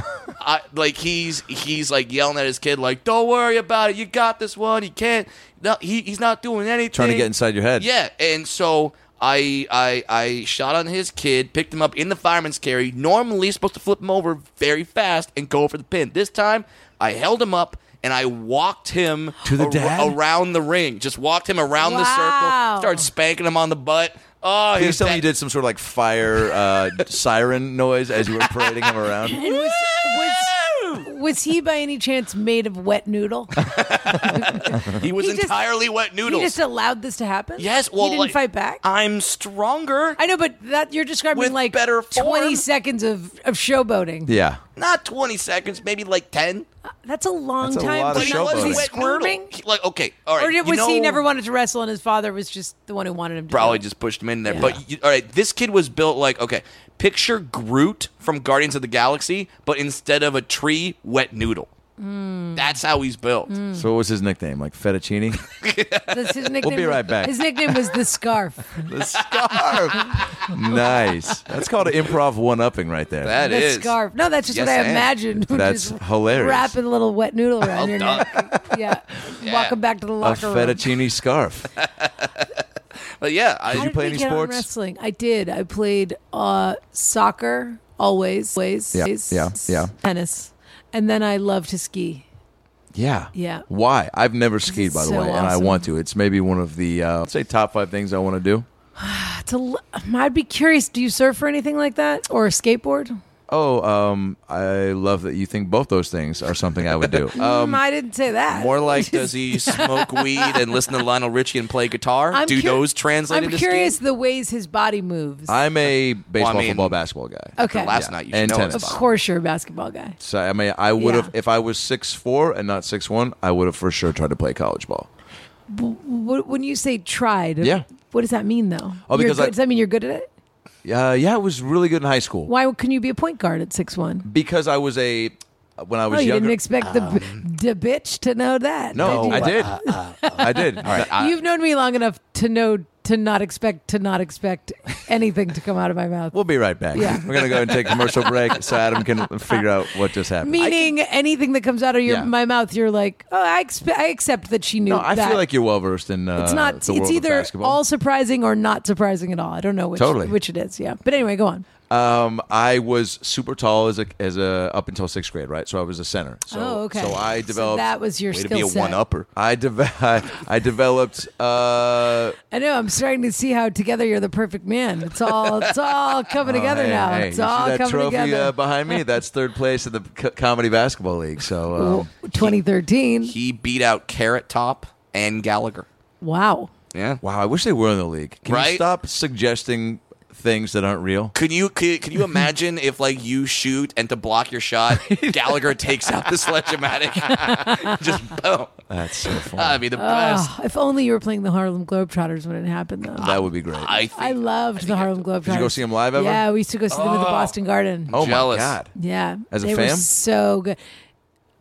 I like he's he's like yelling at his kid like, "Don't worry about it. You got this one. You can't. No, he, he's not doing anything.
Trying to get inside your head.
Yeah, and so I I I shot on his kid, picked him up in the fireman's carry. Normally supposed to flip him over very fast and go for the pin. This time I held him up and I walked him
To the dad?
around the ring. Just walked him around the
Wow.
circle, started spanking him on the butt. Oh,
Please
his
tell me
dad-
you did some sort of like fire uh, siren noise as you were parading him around.
And was, was, was he by any chance made of wet noodle?
He was
He just-
entirely wet
he
noodles.
just allowed this to happen?
yes, well,
He didn't
like,
fight back?
I'm stronger.
I know, but that you're describing
With
like
better form.
20 seconds of, of showboating.
Yeah.
Not 20 seconds, maybe like 10.
That's a long
That's a
time.
lot of
for-
he
showboating.
was he
wet noodle.
squirming?
He- Like, okay, all right.
Or did-
you
was he
know-
never wanted to wrestle and his father was just the one who wanted him to? do
probably
it?
just pushed him in there.
Yeah.
But you, all right, this kid was built like okay, picture Groot from Guardians of the Galaxy, but instead of a tree, wet noodle.
Hmm.
That's how he's built.
So what was his nickname? Like fettuccine?
That's his nickname.
be right back.
His nickname was the scarf.
the scarf. nice. That's called an improv one-upping right there.
That
the
is.
scarf. No, that's just
Yes,
what I
and
imagined. which
That's
is
hilarious.
Wrapping a little wet noodle around your
done.
neck. Yeah. Welcome back to the
a
locker room.
fettuccine scarf.
But yeah,
How
I,
you
did
play
we
any
get on
sports?
Wrestling. I did. I played uh, soccer always, always,
Yeah, yeah, yeah.
tennis, and then I love to ski.
Yeah.
Yeah.
Why? I've never skied, by the
so
way, and I
awesome.
want to. It's maybe one of the uh, I'd say top five things I want to do.
That's a l- um, I'd be curious. Do you surf or anything like that, or a skateboard?
Oh, um, I love that you think both those things are something I would do. Um,
Mm, I didn't say that.
more like does he smoke weed and listen to Lionel Richie and play guitar?
I'm
Do
cur-
those translate
I'm
into
curious
skiing?
the ways his body moves.
I'm a baseball,
mean,
football, basketball guy.
okay.
But Last night you should
And
know
tennis.
of
it's about-
course, you're a basketball guy.
So I mean, I would have
Yeah.
if I was six four and not six one, I would have for sure tried to play college ball.
Wh- When you say tried,
Yeah.
what does that mean though?
Oh,
You're
because
good-
I-
does that mean you're good at it?
Yeah, yeah, I was really good in high school
Why couldn't you be a point guard at six one?
because I was a when I
Oh,
was
you
younger. Um,
didn't expect the, b- the bitch to know that.
no,
did you?
I did, I did.
You've known me long enough to know to not expect to not expect anything to come out of my mouth.
We'll be right back.
Yeah.
We're gonna go and take a commercial break so Adam can figure out what just happened.
Meaning anything that comes out of your
Yeah.
my mouth, you're like, oh, I, expe- I accept that she knew.
No, I
that.
feel like you're well versed in. Uh,
it's not.
The
it's
world of
either
basketball.
all surprising or not surprising at all. I don't know which
Totally.
which it is. Yeah, but anyway, go on.
Um, I was super tall as a as a up until sixth grade, right? So I was a center. So,
oh, okay.
So I
So
developed.
that was your
way to
skill
be a
set.
one upper.
I, de- I, developed. Uh,
I know. I'm starting to see how together you're the perfect man. It's all it's all coming together
Oh, hey,
now.
hey,
it's
you see
all
that
coming
trophy
together.
Uh, behind me? That's third place in the co- comedy basketball league. So um,
2013.
He beat out Carrot Top and Gallagher.
wow.
Yeah.
wow, I wish they were in the league. Can you
Right?
stop suggesting things that aren't real?
Could you could, could you imagine if like you shoot and to block your shot, Gallagher takes out the sledgematic, just boom.
That's so funny.
I mean the best.
Oh, if only you were playing the Harlem Globetrotters when it happened, though.
that would be great.
I think
I loved the Harlem Globetrotters.
Did you go see 'em live ever?
Yeah, we used to go see them at the Boston Garden.
oh
jealous.
my god.
Yeah,
As a
they were
fam?
so good.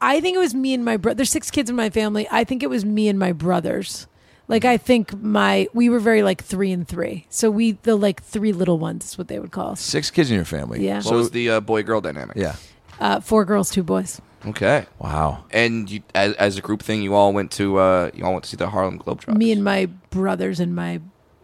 I think it was me and my brother. There's six kids in my family. I think it was me and my brothers. Like I think my we were very like three and three. So we the like three little ones is what they would call us.
Six kids in your family.
Yeah.
what
So
was the uh, boy girl dynamic?
yeah.
Uh, four girls, two boys.
Okay.
Wow.
And you, as, as a group thing, you all went to uh, you all went to see the Harlem Globetrotters.
Me and my brothers and my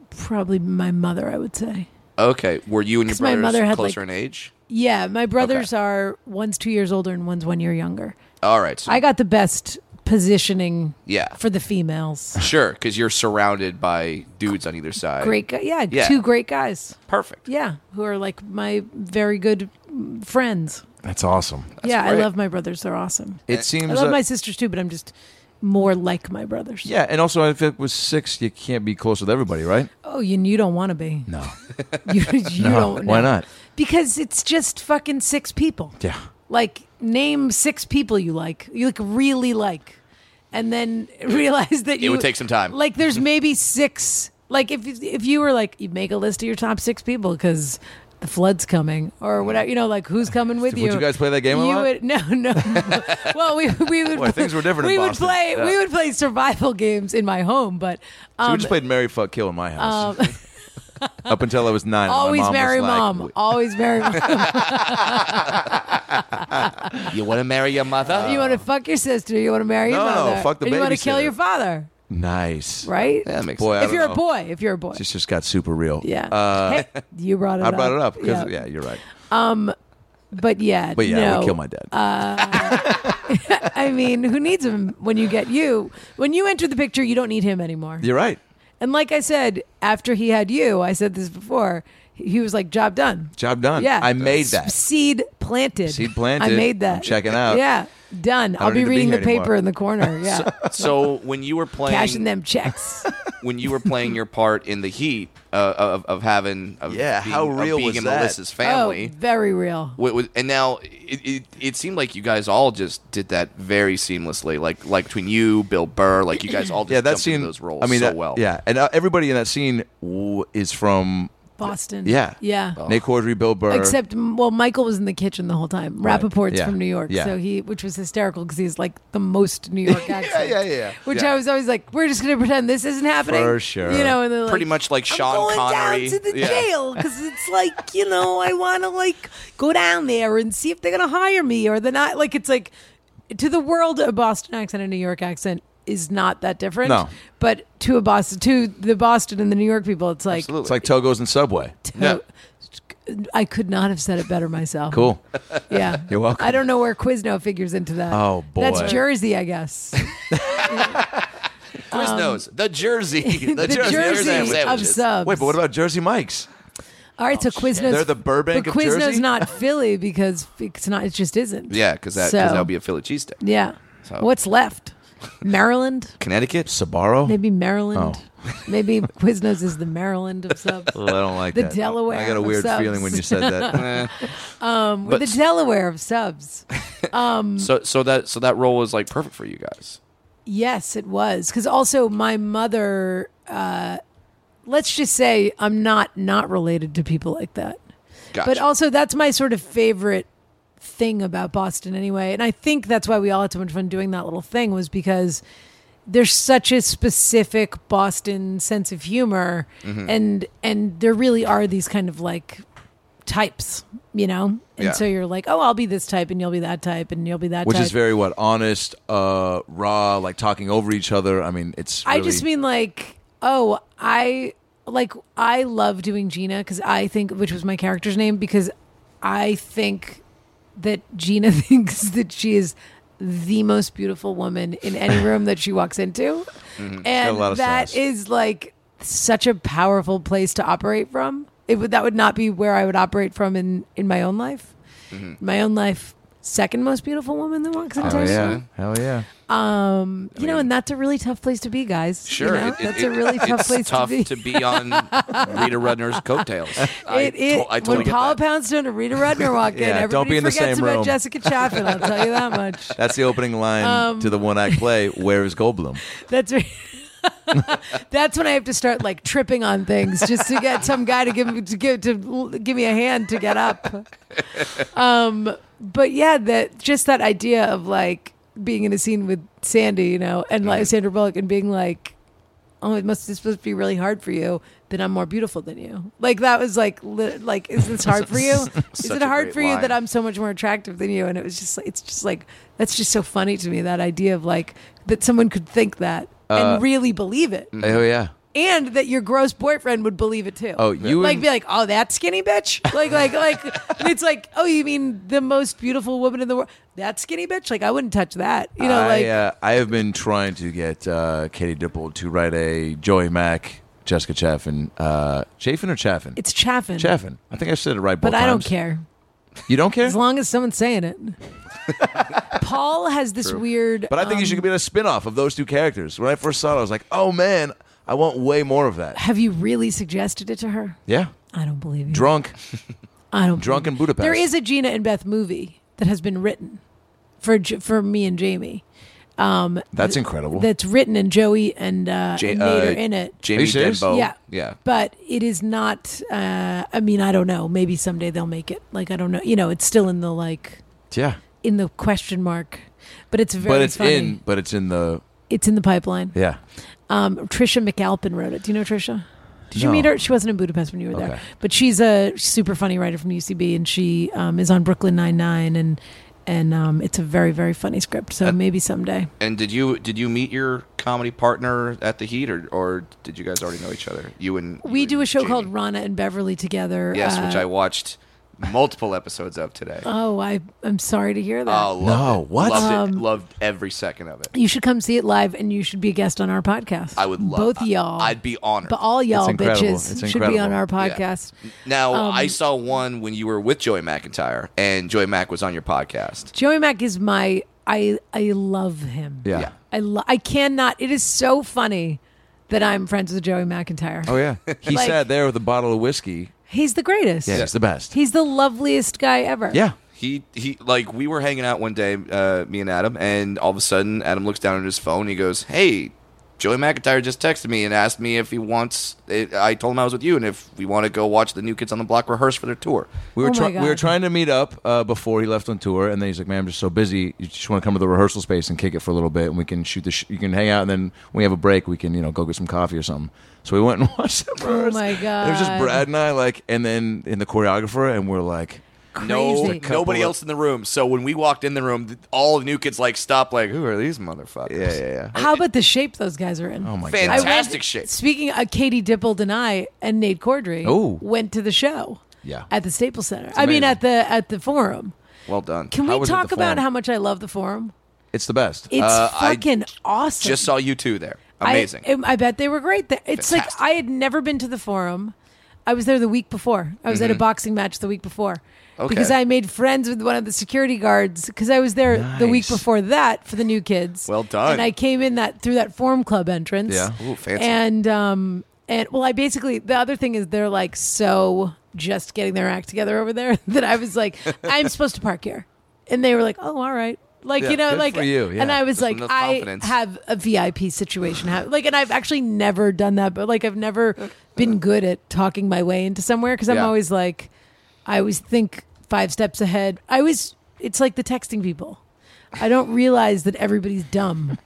probably my mother. I would say.
okay, were you and your
'Cause my
brothers
mother had,
closer
like-
in age?
Yeah, my brothers are one's two years older and one's one year younger.
All right. So
I got the best positioning
yeah,
for the females.
sure, because you're surrounded by dudes on either side.
Great, guy. yeah,
Yeah.
two great guys.
Perfect.
Yeah, who are like my very good mm, friends.
That's awesome.
yeah,
great.
I love my brothers. They're awesome.
It seems
I love
uh,
my sisters too, but I'm just more like my brothers.
Yeah, and also I think with six, you can't be close with everybody, right?
Oh, you you don't want to be.
No.
You, you don't.
Why
know.
not?
Because it's just fucking six people.
Yeah.
Like name six people you like. You like really like. And then realize that you
would take some time.
Like there's maybe six like if you- if you were like you make a list of your top 6 people cuz the flood's coming or whatever, you know, like who's coming with
Mm-hmm. Would
you?
you guys play that game a
You
lot?
would- no, no. well, we we would
Boy, things were different in
We would
Boston.
play
Yeah.
we would play survival games in my home, but
So
um,
we just played Mary Fuck Kill in my house. Up until I was nine. and my
always
mom was
marry
like,
mom.
"Wait,
Always marry mom.
You want to marry your mother?
You want to fuck your sister. You want to marry your
No,
mother.
fuck the
and You want to kill
babysitter.
your father,
Nice.
right?
yeah, that makes
Boy, I
if
don't
you're
know.
a boy, if you're a boy,
This just got super real.
yeah. uh,
Uh,
Heck, you brought it.
I
up.
brought it up because, yeah. you're right.
But yeah,
But yeah, I
no. Uh,
would kill my dad.
I mean, who needs him when you get you? When you enter the picture, you don't need him anymore.
You're right.
And like I said, after he had you, I said this before. He was like, "Job done."
Job done.
Yeah,
I made that.
seed planted.
Seed planted.
I made that.
I'm checking out.
Yeah, done. I'll
don't need
be
to be
reading
here
the paper
anymore.
in the corner. Yeah,
So when you were playing,
cashing them checks.
when you were playing your part in the heat uh, of of having of
Yeah,
being,
how
of
real
being
was
in
that?
Melissa's family.
Oh, very real.
Wi- wi- and now it, it, it seemed like you guys all just did that very seamlessly, like like between you, Bill Burr, like you guys all just
Yeah, that
jumped into
scene.
those roles
I mean,
so
that-
well.
Yeah, and uh, everybody in that scene w- is from
Boston.
yeah,
Yeah.
Nick Cordry, Bill Burr.
Except, well, Michael was in the kitchen the whole time. Rappaport's
Yeah.
from New York,
Yeah.
so he, which was hysterical because he's like the most New York accent.
yeah, yeah.
Which
Yeah.
I was always like, we're just gonna pretend this isn't happening.
For sure.
You know, and they're like,
Pretty much like
I'm
Sean
going
Connery.
down to the
Yeah.
jail because it's like you know I want to like go down there and see if they're gonna hire me or they're not. Like it's like to the world a Boston accent and a New York accent is not that different.
No.
But to a Boston, to the Boston and the New York people, it's like
it's like Togo's and Subway.
to- I could not have said it better myself.
Cool.
Yeah.
You're welcome.
I don't know where Quizno figures into that.
Oh, boy.
That's Jersey, I guess.
Quiznos, the Jersey,
Um, the Jersey
Sam
of
sandwiches.
subs.
Wait, but what about Jersey Mike's?
All right, so Quiznos.
They're the Burbank
But
of
Quizno's
Jersey?
not Philly because it's not. It just isn't.
Yeah, because that
So-
because that'll be a Philly cheesesteak.
Yeah. What's left? Maryland.
Connecticut,
Sabaro.
Maybe Maryland.
Oh.
Maybe Quiznos is the Maryland of subs.
I don't like
The
that.
Delaware
I got a
of
weird
subs.
feeling when you said that.
Um, we're
But-
the Delaware of subs.
so so that so that role was like perfect for you guys.
Yes, it was. Because also, my mother, uh, let's just say I'm not not related to people like that.
Gotcha.
But also, that's my sort of favorite thing about Boston anyway. And I think that's why we all had so much fun doing that little thing, was because there's such a specific Boston sense of humor. And, and there really are these kind of like types, you know? And
Yeah.
so you're like, oh, I'll be this type, and you'll be that type, and you'll be that
Which
type.
is very what honest, uh, raw, like talking over each other. I mean, it's. Really,
I just mean like, oh, I like I love doing Gina because I think which was my character's name because I think that Gina thinks that she is the most beautiful woman in any room that she walks into, and
Mm-hmm. lot of
that
sass.
is like such a powerful place to operate from. It would that would not be where I would operate from in in my own life. My own life, second most beautiful woman that walks into.
Hell
a
Mm-hmm. Oh, yeah!
room.
Hell yeah!
You know, and that's a really tough place to be, guys. you
Sure,
know?
it- it-
that's
it-
a really tough
it's
place
tough
to be.
on Rita Rudner's coattails. I,
It is.
to- I totally
when
get
Paula
that.
Poundstone and Rita Rudner walk in,
Yeah,
everybody
don't be in the
forgets
same
about
room.
Jessica Chastain. I'll tell you that much.
That's the opening line
Um,
to the one act play. Where is Goldblum?
That's right. That's when I have to start like tripping on things just to get some guy to give me to give to give me a hand to get up. Um, but yeah, that just that idea of like being in a scene with Sandy, you know, and
Mm-hmm.
like Sandra Bullock, and being like, "Oh, it must this supposed to be really hard for you." Then I'm more beautiful than you. Like that was like li- like is this hard for you? Is
Such
it
a
hard
great
for you
line.
that I'm so much more attractive than you? And it was just like it's just like that's just so funny to me that idea of like that someone could think that
Uh,
and really believe it
Oh yeah!
and that your gross boyfriend would believe it too.
Oh, you
like
and-
be like, oh, that skinny bitch. Like, like, like, it's like, oh, you mean the most beautiful woman in the world? That skinny bitch. Like, I wouldn't touch that. You know,
I,
like,
uh, I have been trying to get uh, Katie Dippold to write a Joey Mack, Jessica Chaffin, uh, Chaffin or Chaffin?
it's chaffin.
Chaffin. I think I said it right.
but
both
I don't
times.
care
You don't care.
as long as someone's saying it. Paul has this weird.
But I think you
um,
should be in a spin-off of those two characters. When I first saw it, I was like, "Oh man, I want way more of that."
uh, Have you really suggested it to her?
Yeah,
I don't believe you.
drunk,
I don't.
drunk in Budapest.
There is a Gina and Beth movie that has been written for J- for me and Jamie. Um,
That's incredible.
that's written and Joey and, uh,
Ja-
and Nader
uh,
in it.
Are
Jamie
you serious?
Denbo.
Yeah.
yeah.
But it is not. Uh, I mean, I don't know. Maybe someday they'll make it. Like I don't know. You know, it's still in the like
yeah,
in the question mark. But it's very.
but it's
funny.
in. But it's in the
It's in the pipeline.
yeah.
Um, Trisha McAlpin wrote it. Do you know Trisha? Did you
No.
meet her? She wasn't in Budapest when you were
Okay.
there, but she's a super funny writer from UCB, and she um, is on Brooklyn Nine Nine, and and um, it's a very very funny script. So maybe someday.
And did you did you meet your comedy partner at the Heat, or, or did you guys already know each other? You and
We
you
do
and
a show
Jamie.
called Rana and Beverly together.
Yes,
uh,
which I watched multiple episodes of today.
Oh, I, I'm sorry to hear that.
Oh, loved
No,
it.
what?
Loved it. Loved every second of it.
Um, you should come see it live, and you should be a guest on our podcast.
I would love
both
I-
y'all.
I'd be honored.
but all y'all
It's incredible.
bitches
It's
should be on
incredible.
our
Yeah.
podcast.
Now
Um,
I saw one when you were with Joey McIntyre, and Joey Mac was on your podcast.
Joey Mack is my I I love him.
Yeah.
Yeah.
I lo- I cannot. It is so funny that I'm friends with Joey McIntyre.
Oh yeah. He
Like-
sat there with a bottle of whiskey.
He's the greatest.
Yeah, he's the best.
He's the loveliest guy ever.
yeah.
He he, like we were hanging out one day, uh, me and Adam, and all of a sudden Adam looks down at his phone. and He goes, "Hey." Joey McIntyre just texted me and asked me if he wants. I told him I was with you, and if we want to go watch the New Kids on the Block rehearse for their tour.
We were
Oh, my
try- we were
God.
trying to meet up uh, before he left on tour, and then he's like, "Man, I'm just so busy. You just want to come to the rehearsal space and kick it for a little bit, and we can shoot the. Sh- you can hang out, and then when we have a break. We can you know go get some coffee or something." So we went and watched the rehearsal.
Oh my
It was just
God.
Brad and I, like, and then in the choreographer, and we're like,
Crazy.
No, nobody
Couple
else in the room. So when we walked in the room, th- all the new kids like stopped, like, "Who are these motherfuckers?"
"Yeah, yeah, yeah."
How about the shape those guys are in?
Oh my
I
Fantastic.
god.
went-
shape.
Speaking of Katie Dippold and I and Nate Cordry
Oh.
went to the show.
Yeah.
At the Staples Center. I
amazing.
mean at the at the forum.
Well done.
Can
How
we
was it
talk
the
about
Forum?
how much I love the forum?
It's the best.
It's
Uh, I
fucking awesome.
Just saw you two there.
I-
Amazing.
I, bet they were great. there. It's
Fantastic.
like I had never been to the forum. I was there the week before. I was at a boxing match the week before
Mm-hmm. Okay.
because I made friends with one of the security guards because I was there the week
Nice.
before that for the new kids.
Well done.
And I came in that through that forum club entrance.
Yeah.
Ooh, fancy.
And um and well, I basically the other thing is they're like so just getting their act together over there that I was like, I'm supposed to park here, and they were like, Oh, all right. Like
Yeah,
you know,
good
like
for you,
and
yeah.
I was
Just
like,
enough
I
confidence.
have a VIP situation, ha- like, and I've actually never done that, but like, I've never been good at talking my way into somewhere because I'm
Yeah.
always like, I always think five steps ahead. I always, it's like the texting people. I don't realize that everybody's dumb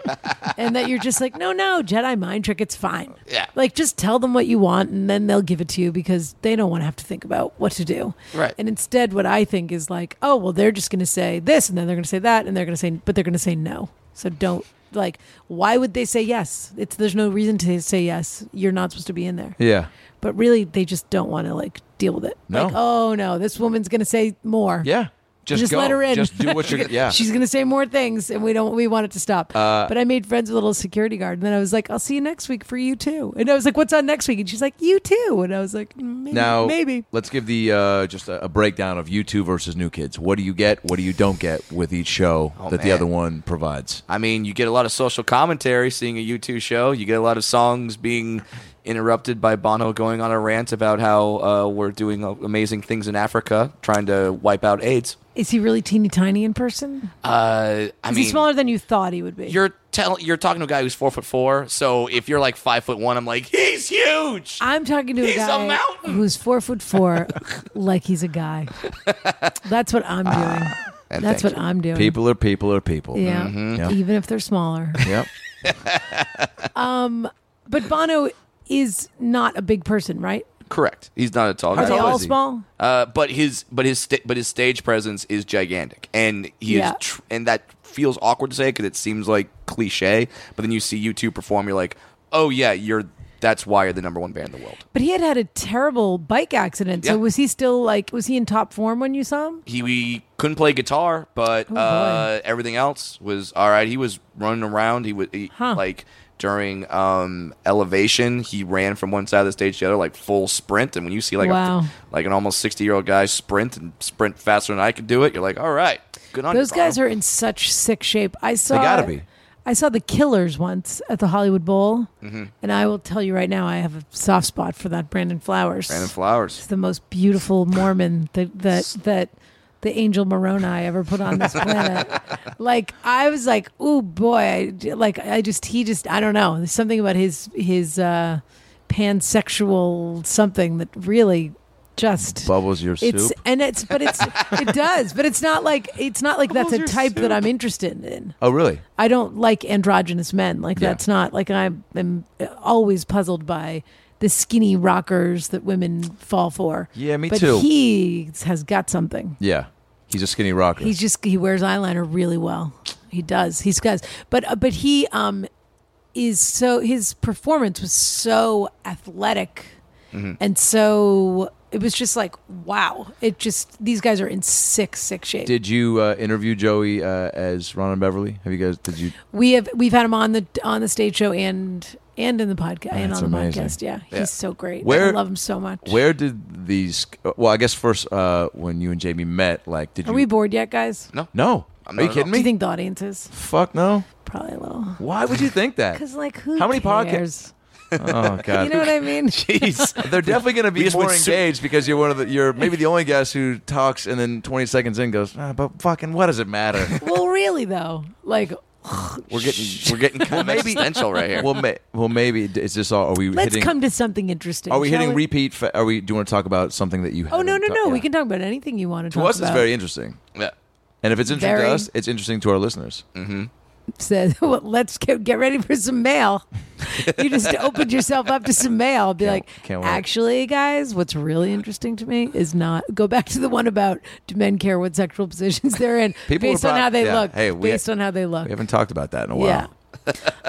and that you're just like, no, no, Jedi mind trick, it's fine.
Yeah.
Like, just tell them what you want and then they'll give it to you because they don't want to have to think about what to do.
Right.
And instead, what I think is like, oh, well, they're just going to say this and then they're going to say that and they're going to say, but they're going to say no. So don't, like, why would they say yes? It's There's no reason to say yes. You're not supposed to be in there.
yeah.
But really, they just don't want to, like, deal with it.
No.
Like, oh, no, this woman's going to say more.
Yeah. Just,
Just
go.
let her in.
Just do what you're. Yeah.
She's gonna say more things, and we don't. We want it to stop.
Uh,
but I made friends with a little security guard, and then I was like, "I'll see you next week for you too." And I was like, "What's on next week?" And she's like, "You too." And I was like, "Mm, "Maybe,
now
maybe."
let's give the uh, just a, a breakdown of you two versus new kids. What do you get? What do you don't get with each show that the
Oh, man.
other one provides?
I mean, you get a lot of social commentary seeing a U2 show. You get a lot of songs being interrupted by Bono going on a rant about how uh, we're doing uh, amazing things in Africa, trying to wipe out AIDS.
Is he really teeny tiny in person?
Uh, I
Is
mean,
he smaller than you thought he would be?
you're tell- you're talking to a guy who's four foot four. So if you're like five foot one, I'm like, he's huge.
I'm talking to a
He's a
guy
mountain.
who's four foot four, like he's a guy. That's what I'm doing.
Ah, And
That's
thank
what I'm doing.
People are people are people.
yeah,
Mm-hmm.
Yeah.
even if they're smaller.
Yep.
But Bono is not a big person, right?
Correct. He's not a tall guy.
Are they
tall
all
is he?
small?
Uh, but his but his sta- but his stage presence is gigantic, and he
Yeah.
is tr- and that feels awkward to say because it seems like cliche. But then you see you two perform, you're like, oh yeah, you're that's why you're the number one band in the world.
But he had had a terrible bike accident. So
Yeah.
was he still like, was he in top form when you saw him?
He, he couldn't play guitar, but
Oh, boy.
uh, everything else was all right. He was running around. He was he,
Huh.
like during um, elevation, he ran from one side of the stage to the other like full sprint. And when you see like
Wow.
a, like an almost sixty year old guy sprint and sprint faster than I could do it, you're like, all right, good on you,
Those guys
Bono."
are in such sick shape. I saw.
gotta be.
I saw the Killers once at the Hollywood Bowl, and I will tell you right now, I have a soft spot for that Brandon Flowers.
Brandon Flowers.
He's the most beautiful Mormon that that that the angel Moroni ever put on this planet. like I was like, oh boy, I j- like I just he just I don't know. There's something about his his uh, pansexual something that really just
Bubbles your
it's
soup.
and it's but it's it does but it's not like it's not like that's a type that i'm interested in
Oh really?
i don't like androgynous men like
Yeah.
that's not like i am always puzzled by the skinny rockers that women fall for
Yeah, me
but
too.
he has got something
Yeah. He's a skinny rocker.
he's just he wears eyeliner really well he does he's got but uh, but he um is
Mm-hmm.
so his performance was so athletic and so it was just like wow. It just these guys are in sick sick shape.
Did you uh, interview Joey uh, as Ron and Beverly? Have you guys? Did you?
we have we've had him on the on the stage show and and in the podcast and
That's
on the
amazing.
podcast. Yeah,
Yeah.
he's so great. I
Where-
love him so much.
Where did these? Well, I guess first uh, when you and Jamie met, like, did
are
you?
we bored yet, guys?
No.
no.
I'm
Are you kidding
not at all.
Do you
me?
think the audience is
Fuck no.
probably a little?
Why would you think that?
Because like who?
How many podca-
cares?
Oh god.
You know what I mean?
Jeez, they're definitely going to
We
be
just
more
went su-
engaged because you're one of the you're maybe the only guest who talks and then 20 seconds in goes, ah, but fucking what does it matter?
well, really though, like
We're getting we're getting kind of existential right here.
well, may, well, maybe it's just all. Are we
let's
hitting?
come to something interesting.
are we
shall
hitting repeat? Fa- are we? Do you want to talk about something that you?
Oh no,
haven't
no,
talked-
no. We
yeah.
can talk about anything you want to,
To
talk
us,
about.
it's very interesting,
yeah.
and if it's interesting
Very.
to us, it's interesting to our listeners.
said, well, let's get, get ready for some mail. you just opened yourself up to some mail. Be
Can't-
like,
can't wait.
actually, guys, what's really interesting to me is not go back to the one about do men care what sexual positions they're in
People were
based on
brought-
how they
yeah,
look.
hey, we-
based on how they look.
We haven't talked about that in a while.
Mm. yeah.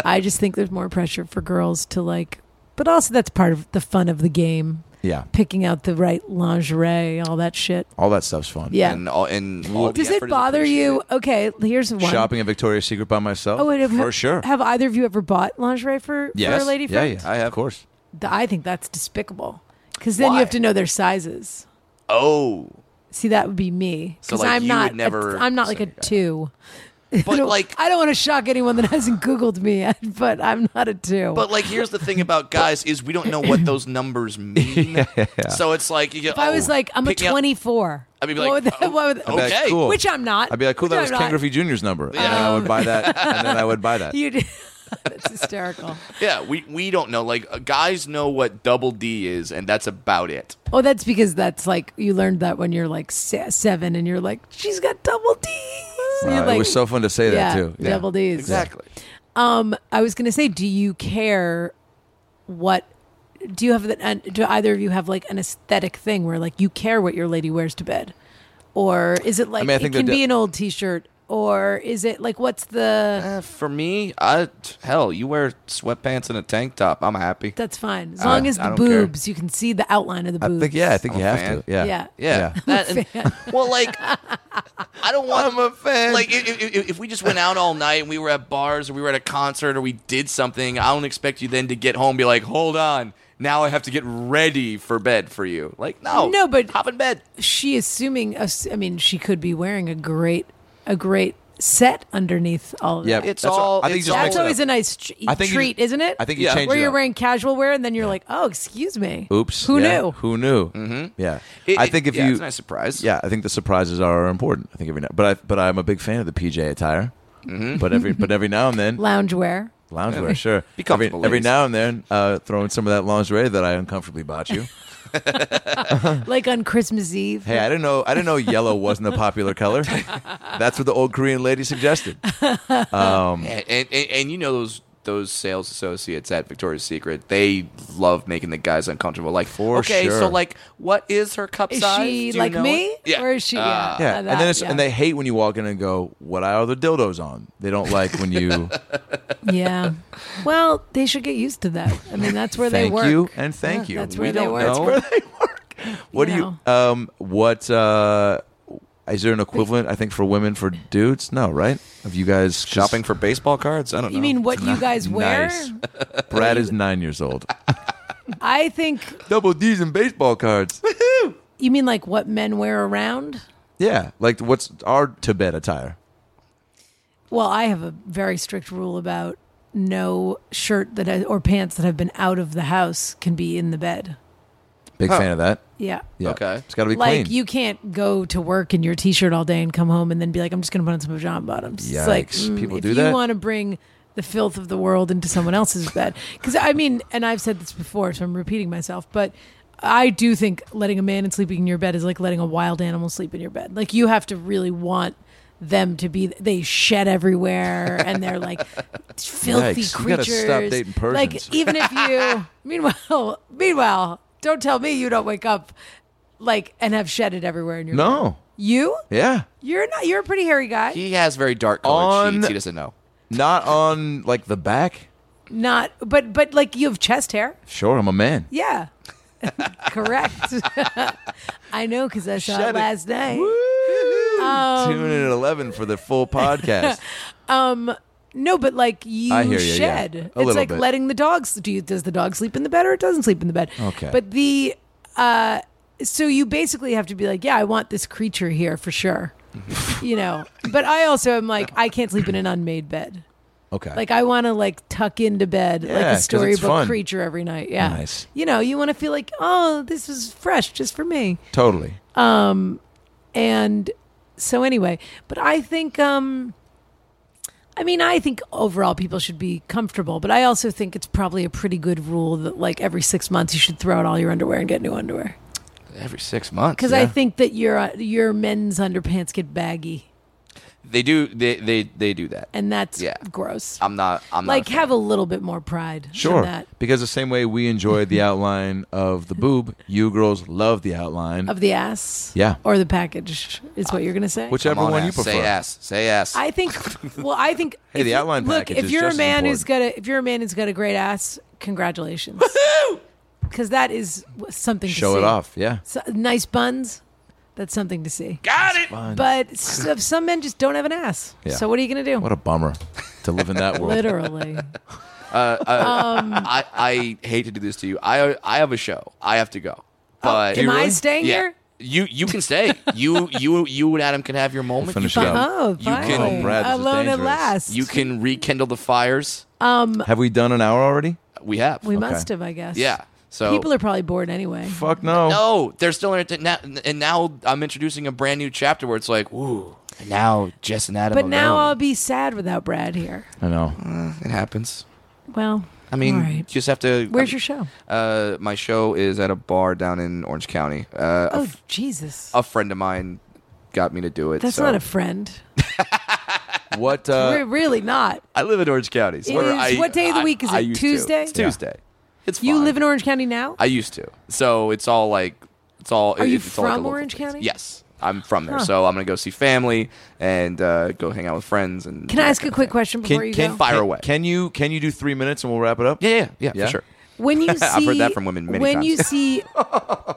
I just think there's more pressure for girls to like, but also that's part of the fun of the game,
Yeah.
picking out the right lingerie, all that shit.
all that stuff's fun.
Yeah.
And all and all the
Does it
effort is
bother you?
appreciated.
Okay, here's one.
shopping at Victoria's Secret by myself.
Oh, wait, have,
for sure.
Have either of you ever bought lingerie for,
yes,
for a lady
yeah,
friend?
yeah, I have, of course.
Th- I think that's despicable because then
Why?
you have to know their sizes.
Oh,
See, that would be me
So,
because
like,
I'm
you
not.
would never
A, I'm not like a
say that.
two. I
but
don't-
like
I don't want to shock anyone that hasn't Googled me yet, but I'm not a two.
But like, here's the thing about guys is we don't know what those numbers mean. So it's like, you go,
if I was
oh,
like, I'm a
picking up-
24.
I'd be
what
like,
would that-
oh,
what would-
okay.
That's cool.
Which I'm not.
I'd be like, cool.
Which
That was
I'm
Ken
not.
Griffey Jr.'s number, and then I
Yeah.
would buy that, and then I would buy that.
You did. that's hysterical.
yeah, we we don't know. Like, uh, guys know what double D is, and that's about it.
Oh, that's because that's like you learned that when you're like se- seven, and you're like, she's got double D's. You're
Uh, it
like,
was so fun to say that
yeah,
too. Yeah.
double D's.
Exactly.
Um, I was gonna say, do you care what? Do you have the? and Do either of you have like an aesthetic thing where like you care what your lady wears to bed, or is it like
mean, I
it
think
can
that-
be an old T-shirt, or is it like what's the?
Uh, for me, I t- hell, you wear sweatpants and a tank top. I'm happy.
That's fine
Uh,
as
I-
long as
I
the
don't care.
boobs you can see the outline of the
I
boobs.
think yeah, I think
I'm
you
a
have
fan.
to. Yeah.
Yeah.
Yeah. That and- well, like, I don't want.
I'm a fan.
Like, if, if, if we just went out all night and we were at bars or we were at a concert or we did something, I don't expect you then to get home and be like, hold on, now I have to get ready for bed for you. Like, no.
No, but-
Hop in bed.
she assuming ass- I mean she could be wearing a great a great set underneath all of
Yeah,
that.
It's
that's what-
all-
I think
it's
you just
all-
mix
That's
it up.
always a nice tr-
I think you
treat,
just-
isn't it?
I think you
Yeah.
change
where
it
you're
up.
wearing casual wear and then you're like, oh, excuse me.
Oops.
Who
yeah.
knew?
Who knew? Mm-hmm. Yeah.
It-
I
it-
think if
yeah,
you
it's a nice surprise.
Yeah, I think the surprises are important. I think every now, but I but I'm a big fan of the PJ attire. But every but every now and then
Loungewear.
loungewear, sure.
Be
every,
comfortable,
every
ladies.
now and then, uh, throw in some of that lingerie that I uncomfortably bought you.
Like on Christmas Eve.
hey, I didn't know I didn't know yellow wasn't a popular color. That's what the old Korean lady suggested. Um,
And, and, and, and you know those those sales associates at Victoria's Secret, they love making the guys uncomfortable. Like,
For
okay,
sure.
so like, what is her cup
Is
size?
she
Do you
like
know
me?
it? Yeah. Ah.
Or is she yeah,
Yeah,
uh,
and
that,
then it's,
yeah.
and they hate when you walk in and go, "What are the dildos on?" They don't like when you.
Yeah. Well, they should get used to that. I mean that's where they
thank
work.
you and thank
Yeah,
you.
that's
We
where they
don't
work.
know. That's where they work. What
You
do you? Um, what uh, is there an equivalent? I think for women for dudes, no, right? Of you guys
Shopping for baseball cards? I don't know.
You mean what you guys wear?
Nice. Brad is nine years old.
I think
Double D's and baseball cards.
you mean like what men wear around?
yeah, like what's our Tibet attire?
Well, I have a very strict rule about no shirt that has, or pants that have been out of the house can be in the bed.
Big fan of that.
Yeah.
Yeah.
Okay.
it's got to be
Like
clean.
you can't go to work in your t-shirt all day and come home and then be like, I'm just going to put on some pajama bottoms. It's like mm,
Yikes. People
if
do
you
that?
want to bring the filth of the world into someone else's bed, because I mean, and I've said this before, so I'm repeating myself, but I do think letting a man in sleeping in your bed is like letting a wild animal sleep in your bed. Like you have to really want them to be they shed everywhere and they're like filthy
Yikes. You gotta
creatures
stop dating Persians.
like even if you meanwhile meanwhile don't tell me you don't wake up like and have shed it everywhere in your
no.
you?
Yeah.
You're not. You're a pretty hairy guy.
He has very dark colored
On-
sheets. He doesn't know.
Not on like the back.
Not, but but like you have chest hair.
Sure, I'm a man.
Yeah. Correct. I know because I saw
Shut
it
it.
last night.
Tune in at 11 for the full podcast.
No, but like you,
I hear you, yeah.
shed.
A
It's
little
like
bit.
letting the dogs. Do you, does the dog sleep in the bed or it doesn't sleep in the bed?
Okay.
But the uh, so you basically have to be like, yeah, I want this creature here for sure.
Mm-hmm.
you know. But I also am like, I can't sleep in an unmade bed.
Okay.
Like I want to like tuck into bed like
'cause
a
it's
storybook
fun.
creature every night. Yeah.
Nice.
You know, you want to feel like, oh, this is fresh just for me.
totally.
And so anyway, but I think um I mean, I think overall people should be comfortable, but I also think it's probably a pretty good rule that like every 6 months you should throw out all your underwear and get new underwear.
Every six months.
Cuz
yeah.
I think that your uh, your men's underpants get baggy
they do. They they they do that.
and that's
Yeah.
gross.
I'm not. I'm
like
not.
have a little bit more pride
Sure.
in that
Because the same way we enjoyed the outline of the boob, you girls love the outline.
of the ass
Yeah.
or the package is what you're going to say.
Whichever
I'm on
one you
ass.
prefer.
Say ass. Say ass.
I think. Well, I think.
Hey,
if
the
you-
outline
Look,
package
if
is
you're
just
a
as
man who's
important.
got a, if you're a man who's got a great ass, congratulations. Because that is w- something.
Show
to
it
see.
off. Yeah.
So, nice buns. That's something to see.
Got it.
But s- some men just don't have an ass.
Yeah.
So what are you gonna do?
What a bummer to live in that world.
Literally.
I, I hate to do this to you. I I have a show. I have to go. But
Oh, am I really? staying
Yeah.
here?
You you can stay. you you you and Adam can have your moment.
Finish
you,
it up.
oh,
You can-
finally.
Oh,
Brad, this is
alone at
dangerous.
last.
you can rekindle the fires.
Have we done an hour already?
We have.
we must have, I guess.
yeah. So
people are probably bored anyway.
Fuck no.
No, they're still entertained. Now, and now I'm introducing a brand new chapter where it's like, ooh, and now Jess and Adam.
But now uh, I'll
alone.
be sad without Brad here.
I know.
it happens.
Well,
I mean,
all
you
right.
just have to. I
Where's your show?
Uh, my show is at a bar down in Orange County. Uh, a
Oh
f-
Jesus,
a, friend of mine got me to do it.
that's
so.
not a friend.
What uh
We're really not.
I live in Orange County. so
It
where
is-
I-
what day of the
I-
week is
I
it?
used to.
Tuesday?
It's Tuesday. It's
You
fine.
live in Orange County now?
I used to. So it's all like it's all.
Are you
it's all like
from
a local
Orange
place.
County?
Yes, I'm from there. So I'm gonna go see family and uh, go hang out with friends. And
Can I ask a quick question before you go?
fire
can-
away.
Can you can you do three minutes and we'll wrap it up?
Yeah, yeah, yeah,
Yeah?
for sure.
when you see,
I've heard that from women many
when
times.
you see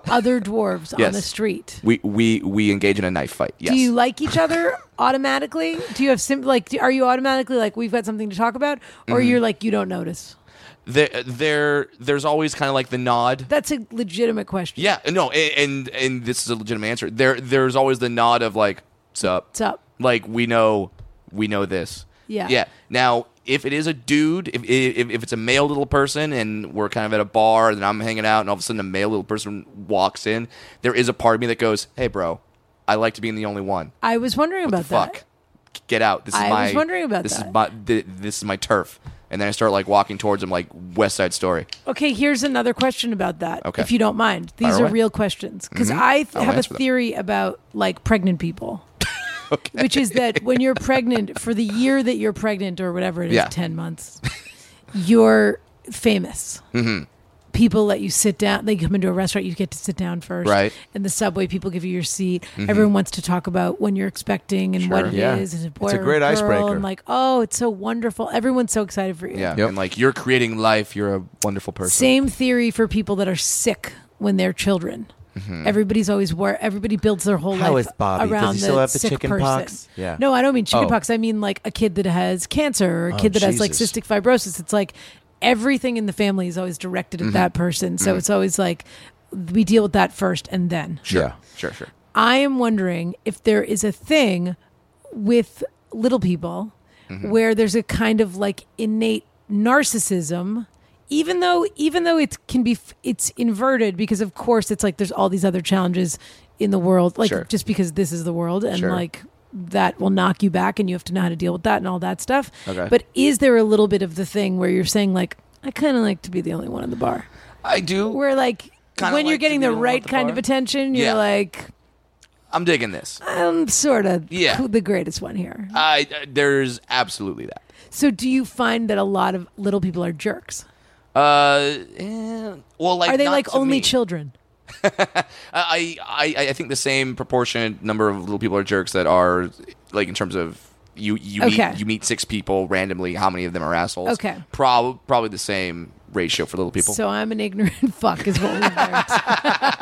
other dwarves on
Yes.
the street,
We we we engage in a knife fight. Yes.
do you like each other automatically? Do you have sim- like? Do, are you automatically like we've got something to talk about, or
Mm-hmm.
you're like you don't notice?
there, there there's always kind of like the nod.
That's a legitimate question.
Yeah, no, a- and and this is a legitimate answer. There there's always the nod of like, sup.
What's up?
Like we know we know this.
Yeah.
Yeah. Now, if it is a dude, if if, if it's a male little person and we're kind of at a bar and I'm hanging out and all of a sudden a male little person walks in, there is a part of me that goes, "Hey bro, I like to be the only one."
I was wondering
the
about that.
fuck get out this is
I
my
was wondering about
this is
that.
my th- this is my turf and then i start like walking towards him like west side story
Okay, here's another question about that,
Okay.
if you don't mind.
Fire
These are
away. Mm-hmm.
real questions because I th-
I'll
have a
answer them.
theory about like pregnant people, which is that when you're pregnant for the year that you're pregnant or whatever it is,
Yeah.
ten months, you're famous.
Mm-hmm.
People let you sit down. They come into a restaurant, you get to sit down first.
Right. Mm-hmm.
In the subway, people give you your seat. Everyone wants to talk about when you're expecting and what it is.
Yeah.
And a
It's
boy
a
or
great
girl,
icebreaker.
And like, oh, it's so wonderful. Everyone's so excited for you.
yeah
Yep.
and like you're creating life you're a wonderful person
Same theory for people that are sick when they're children. Everybody's always wor Everybody builds their whole
Mm-hmm. How
life
is Bobby? Does
around
he still
the
have the
sick
chicken
person.
pox? Yeah.
No, I don't mean chicken
Oh.
pox. I mean like a kid that has cancer or a kid that has like
Jesus.
cystic fibrosis. It's like everything in the family is always directed
Mm-hmm.
at that person. So it's always like we deal with that first and then.
Yeah.
sure sure
I am wondering if there is a thing with little people
Mm-hmm.
where there's a kind of like innate narcissism even though even though it can be f- it's inverted because of course it's like there's all these other challenges in the world like
Sure.
just because this is the world and
Sure.
like that will knock you back and you have to know how to deal with that and all that stuff
Okay.
but is there a little bit of the thing where you're saying like I kind of like to be the only one in the bar
i do
where like
Kinda
when you're
like to
getting
be
the
the one at
right
the
kind
bar?
of attention you're
Yeah.
like
i'm digging this
I'm sort of
Yeah.
the greatest one here.
i there's absolutely that
So, do you find that a lot of little people are jerks?
uh eh, well like
Are they
not
like
to
only
me.
children?
I, I i I think the same proportionate number of little people are jerks that are like in terms of you you
Okay.
meet you meet six people randomly. How many of them are assholes?
Okay.
Prob- probably the same ratio for little people.
So I'm an ignorant fuck, is what we've learned.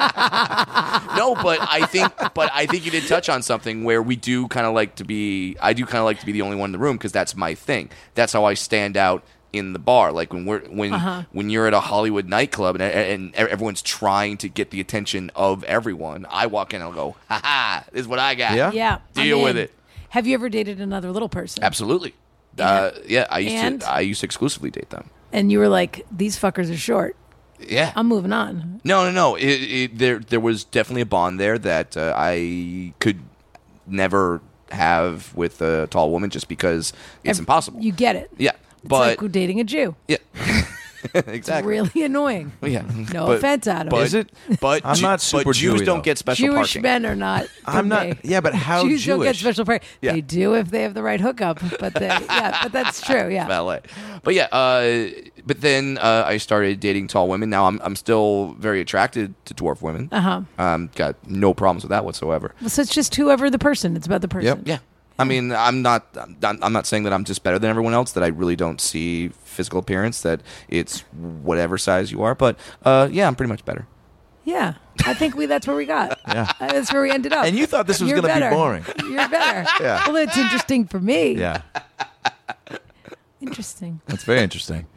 no, but I think, but I think you did touch on something where we do kind of like to be. I do kind of like to be the only one in the room because that's my thing. That's how I stand out in the bar. Like when we're when when you're at a Hollywood nightclub and and e, everyone's trying to get the attention of everyone, I walk in and I'll go, ha ha, this is what I got.
Yeah.
yeah.
Deal
I'm
with
in.
it.
Have you ever dated another little person?
Absolutely. Uh, yeah, I used
And?
to. I used to exclusively date them.
And you were like, these fuckers are short.
Yeah.
I'm moving on.
No, no, no. It, it, there, there was definitely a bond there that uh, I could never have with a tall woman, just because it's impossible.
You get it.
yeah,
It's
but
like dating a Jew.
yeah, exactly.
Really annoying.
Yeah.
No
But-
offense, Adam.
But,
Is it?
But
I'm
Ju-
not super
But Jews
Jewy,
don't
though.
get special
Jewish
parking.
men are not.
I'm not-
they?
yeah, but how
Jews don't get
Jewish?
special parking.
Yeah.
They do if they have the right hookup, but they, yeah, but that's true. Yeah,
ballet. But yeah, uh, but then uh, I started dating tall women. Now I'm I'm still very attracted to dwarf women. Uh
Uh-huh.
Um, got no problems with that whatsoever.
so it's just whoever the person. It's about the person.
Yeah. I mean, I'm not, I'm not. I'm not saying that I'm just better than everyone else. That I really don't see physical appearance. That it's whatever size you are. But uh, yeah, I'm pretty much better.
Yeah, I think we that's where we got. Yeah, that's where we ended up.
And you thought this was
You're
gonna be
better.
boring.
You're better.
Yeah.
Well, it's interesting for me.
Yeah,
Interesting.
that's very interesting.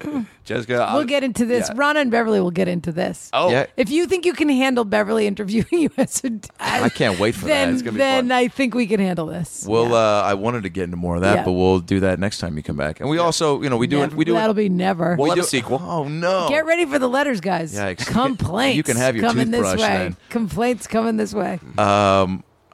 Jessica,
We'll get into this.
yeah.
Ronna and Beverly will get into this.
Oh,
Yeah.
If you think you can handle Beverly interviewing you as a
I can't wait for that.
then
It's gonna be
then
fun.
I think we can handle this.
Well, uh, I wanted to get into more of that,
Yeah.
but we'll do that next time you come back. And we also, you know, we do it.
Never-
We do
That'll
it.
be never.
we'll
we
have
do
a sequel.
Oh no!
Get ready for the letters, guys.
Yikes.
Complaints.
You can have your
coming this
toothbrush
way.
then. Uh,
Complaints coming this way.
All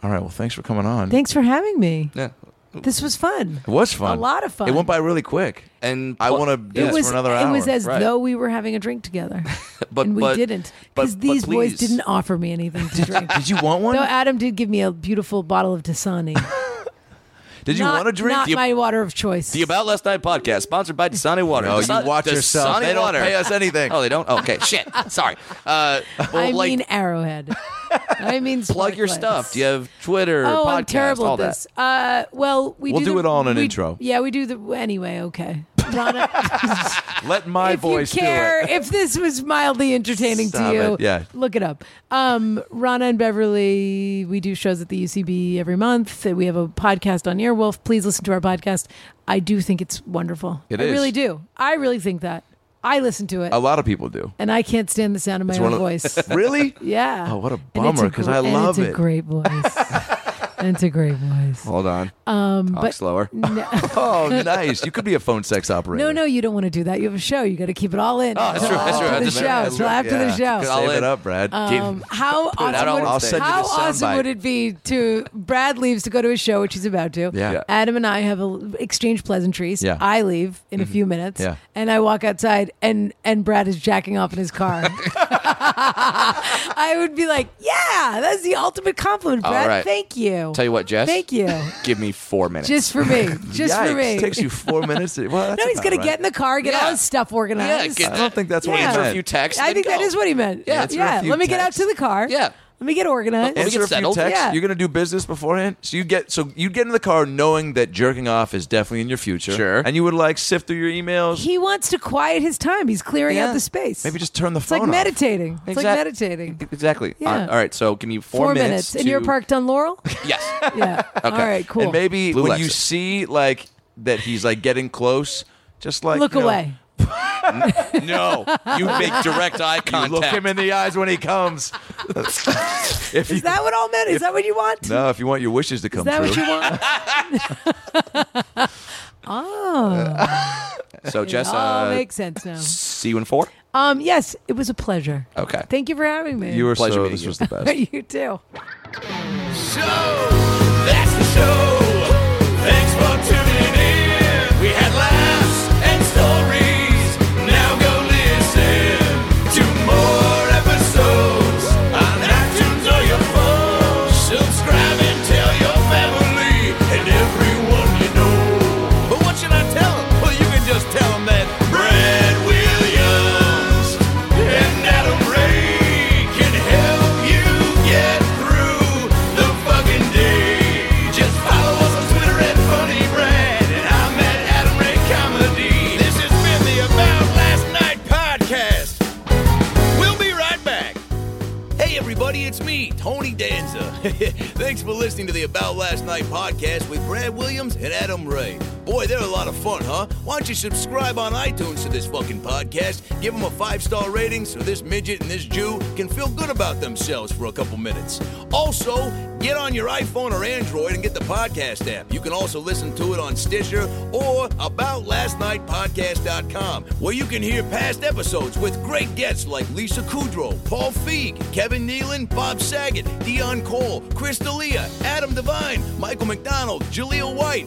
right. Well, thanks for coming on.
Thanks for having me.
Yeah.
This was fun.
It was fun.
A lot of fun.
It went by really quick.
And
I
pl-
want to do
It
this
was.
for another
it
hour.
was as
right.
though we were having a drink together,
But
and we
but-
didn't
but-
because
but
these boys
please.
didn't offer me anything to drink.
Did you want one?
Though Adam did give me a beautiful bottle of Dasani.
Did you
Not-
want a drink?
Not
you,
my water of choice.
The About Last Night podcast, sponsored by Dasani Water.
No, Oh, you
Dasa-
watch yourself.
Dasani
They don't
Water.
pay us anything.
Oh, they don't. okay, shit. Sorry. Uh, well,
I
like,
mean Arrowhead. I mean
plug your
Sparklets.
stuff. Do you have Twitter?
Oh,
podcast,
I'm terrible
all
at this. Uh, well, we
We'll
do,
do
the-
it all in an
we-
intro.
Yeah, we do the anyway. Okay, Rana,
Let my
if
voice
you
do it.
care, if this was mildly entertaining
Stop
to you,
it. Yeah.
look it up. Um, Rana and Beverly, we do shows at the UCB every month. We have a podcast on Earwolf. Please listen to our podcast. I do think it's wonderful.
It
I
is.
really do. I really think that. I listen to it,
A lot of people do.
and I can't stand the sound of my
It's
own
one of-
voice.
Really?
Yeah.
Oh, what a
And it's
bummer, 'cause I
gr- and
love
it's
it.
a great voice. and it's a great voice.
that. Hold on.
Um,
Talk
but
slower.
Oh, nice. You could be a phone sex operator.
no, no, you don't want to do that. You have a show. You got to keep it all in.
Oh,
that's true, that's
Till
true,
After Oh, the
that's true,
show.
that's true.
till after the
Good
show.
all
Save
in.
it up, Brad.
Um, how
it out
awesome,
on Wednesday.
would,
I'll send
you
how
the
awesome
soundbite.
would it be to Brad leaves to go to a show, which he's about to.
Yeah. Yeah.
Adam and I have a, exchanged pleasantries.
Yeah. Mm-hmm.
I leave in a few minutes.
Yeah.
And I walk outside and, and Brad is jacking off in his car. I would be like, yeah, that's the ultimate compliment, Brad.
right.
Thank you.
Tell you what, Jess.
Thank you.
Give me four minutes.
Just for me. Just
Yikes.
for me.
It takes you four minutes. To, well, that's
no, he's
about
going to
right.
get in the car, get
Yeah.
all his stuff
yeah,
organized.
get
I don't think that's what he
Yeah.
answer a
meant.
few texts.
I
then
think that
go.
is what he meant.
Yeah.
Answer a
yeah.
few
Let me get out
texts.
to the car.
Yeah.
Let me get
Let
organized.
me
Answer
get
a few
settled.
texts.
Yeah.
You're gonna do business beforehand, so you get so you get in the car knowing that jerking off is definitely in your future.
Sure.
and you would like sift through your emails.
He wants to quiet his time. He's clearing
Yeah.
out the space.
Maybe just turn the
It's
phone
like
off.
meditating. It's like
Exact-
meditating.
Exactly.
Yeah.
All right, all right, so give me four,
Four, minutes. And
to-
you're parked on Laurel?
Yes.
yeah. All right, cool.
And maybe
Blue
when
Lexus.
you see like that he's like getting close, just like
Look
you know, oh,
away.
no. You make direct eye
You
contact.
look him in the eyes when he comes. if you,
Is that what all meant? Is that what you want?
no, if you want your wishes to
Is
come
that
true.
what you want? oh.
so Jess,
it all
uh,
makes sense now.
see you in four.
Um, yes, it was a pleasure.
Okay.
Thank you for having me.
You were
Pleasure
so.
meeting
This
you.
was the best.
you too.
That's the show. Thanks for tuning in. We had laughs and stories. Now go listen to more episodes on iTunes or your phone. Subscribe and tell your family and everyone you know. But what should I tell them? Well, you can just tell them that Brad Williams and Adam Ray can help you get through the
Thanks for listening to the About Last Night podcast with Brad Williams and Adam Ray. Boy, they're a lot of fun, huh? Why don't you subscribe on iTunes to this fucking podcast? Give them a five star rating so this midget and this Jew can feel good about themselves for a couple minutes. Also, get on your iPhone or Android and get the podcast app. You can also listen to it on Stitcher or aboutlastnightpodcast.com, where you can hear past episodes with great guests like Lisa Kudrow, Paul Feig, Kevin Nealon, Bob Saget, Dion Cole, Chris D'Elia, Adam Devine, Michael McDonald, Jaleel White,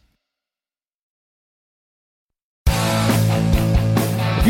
If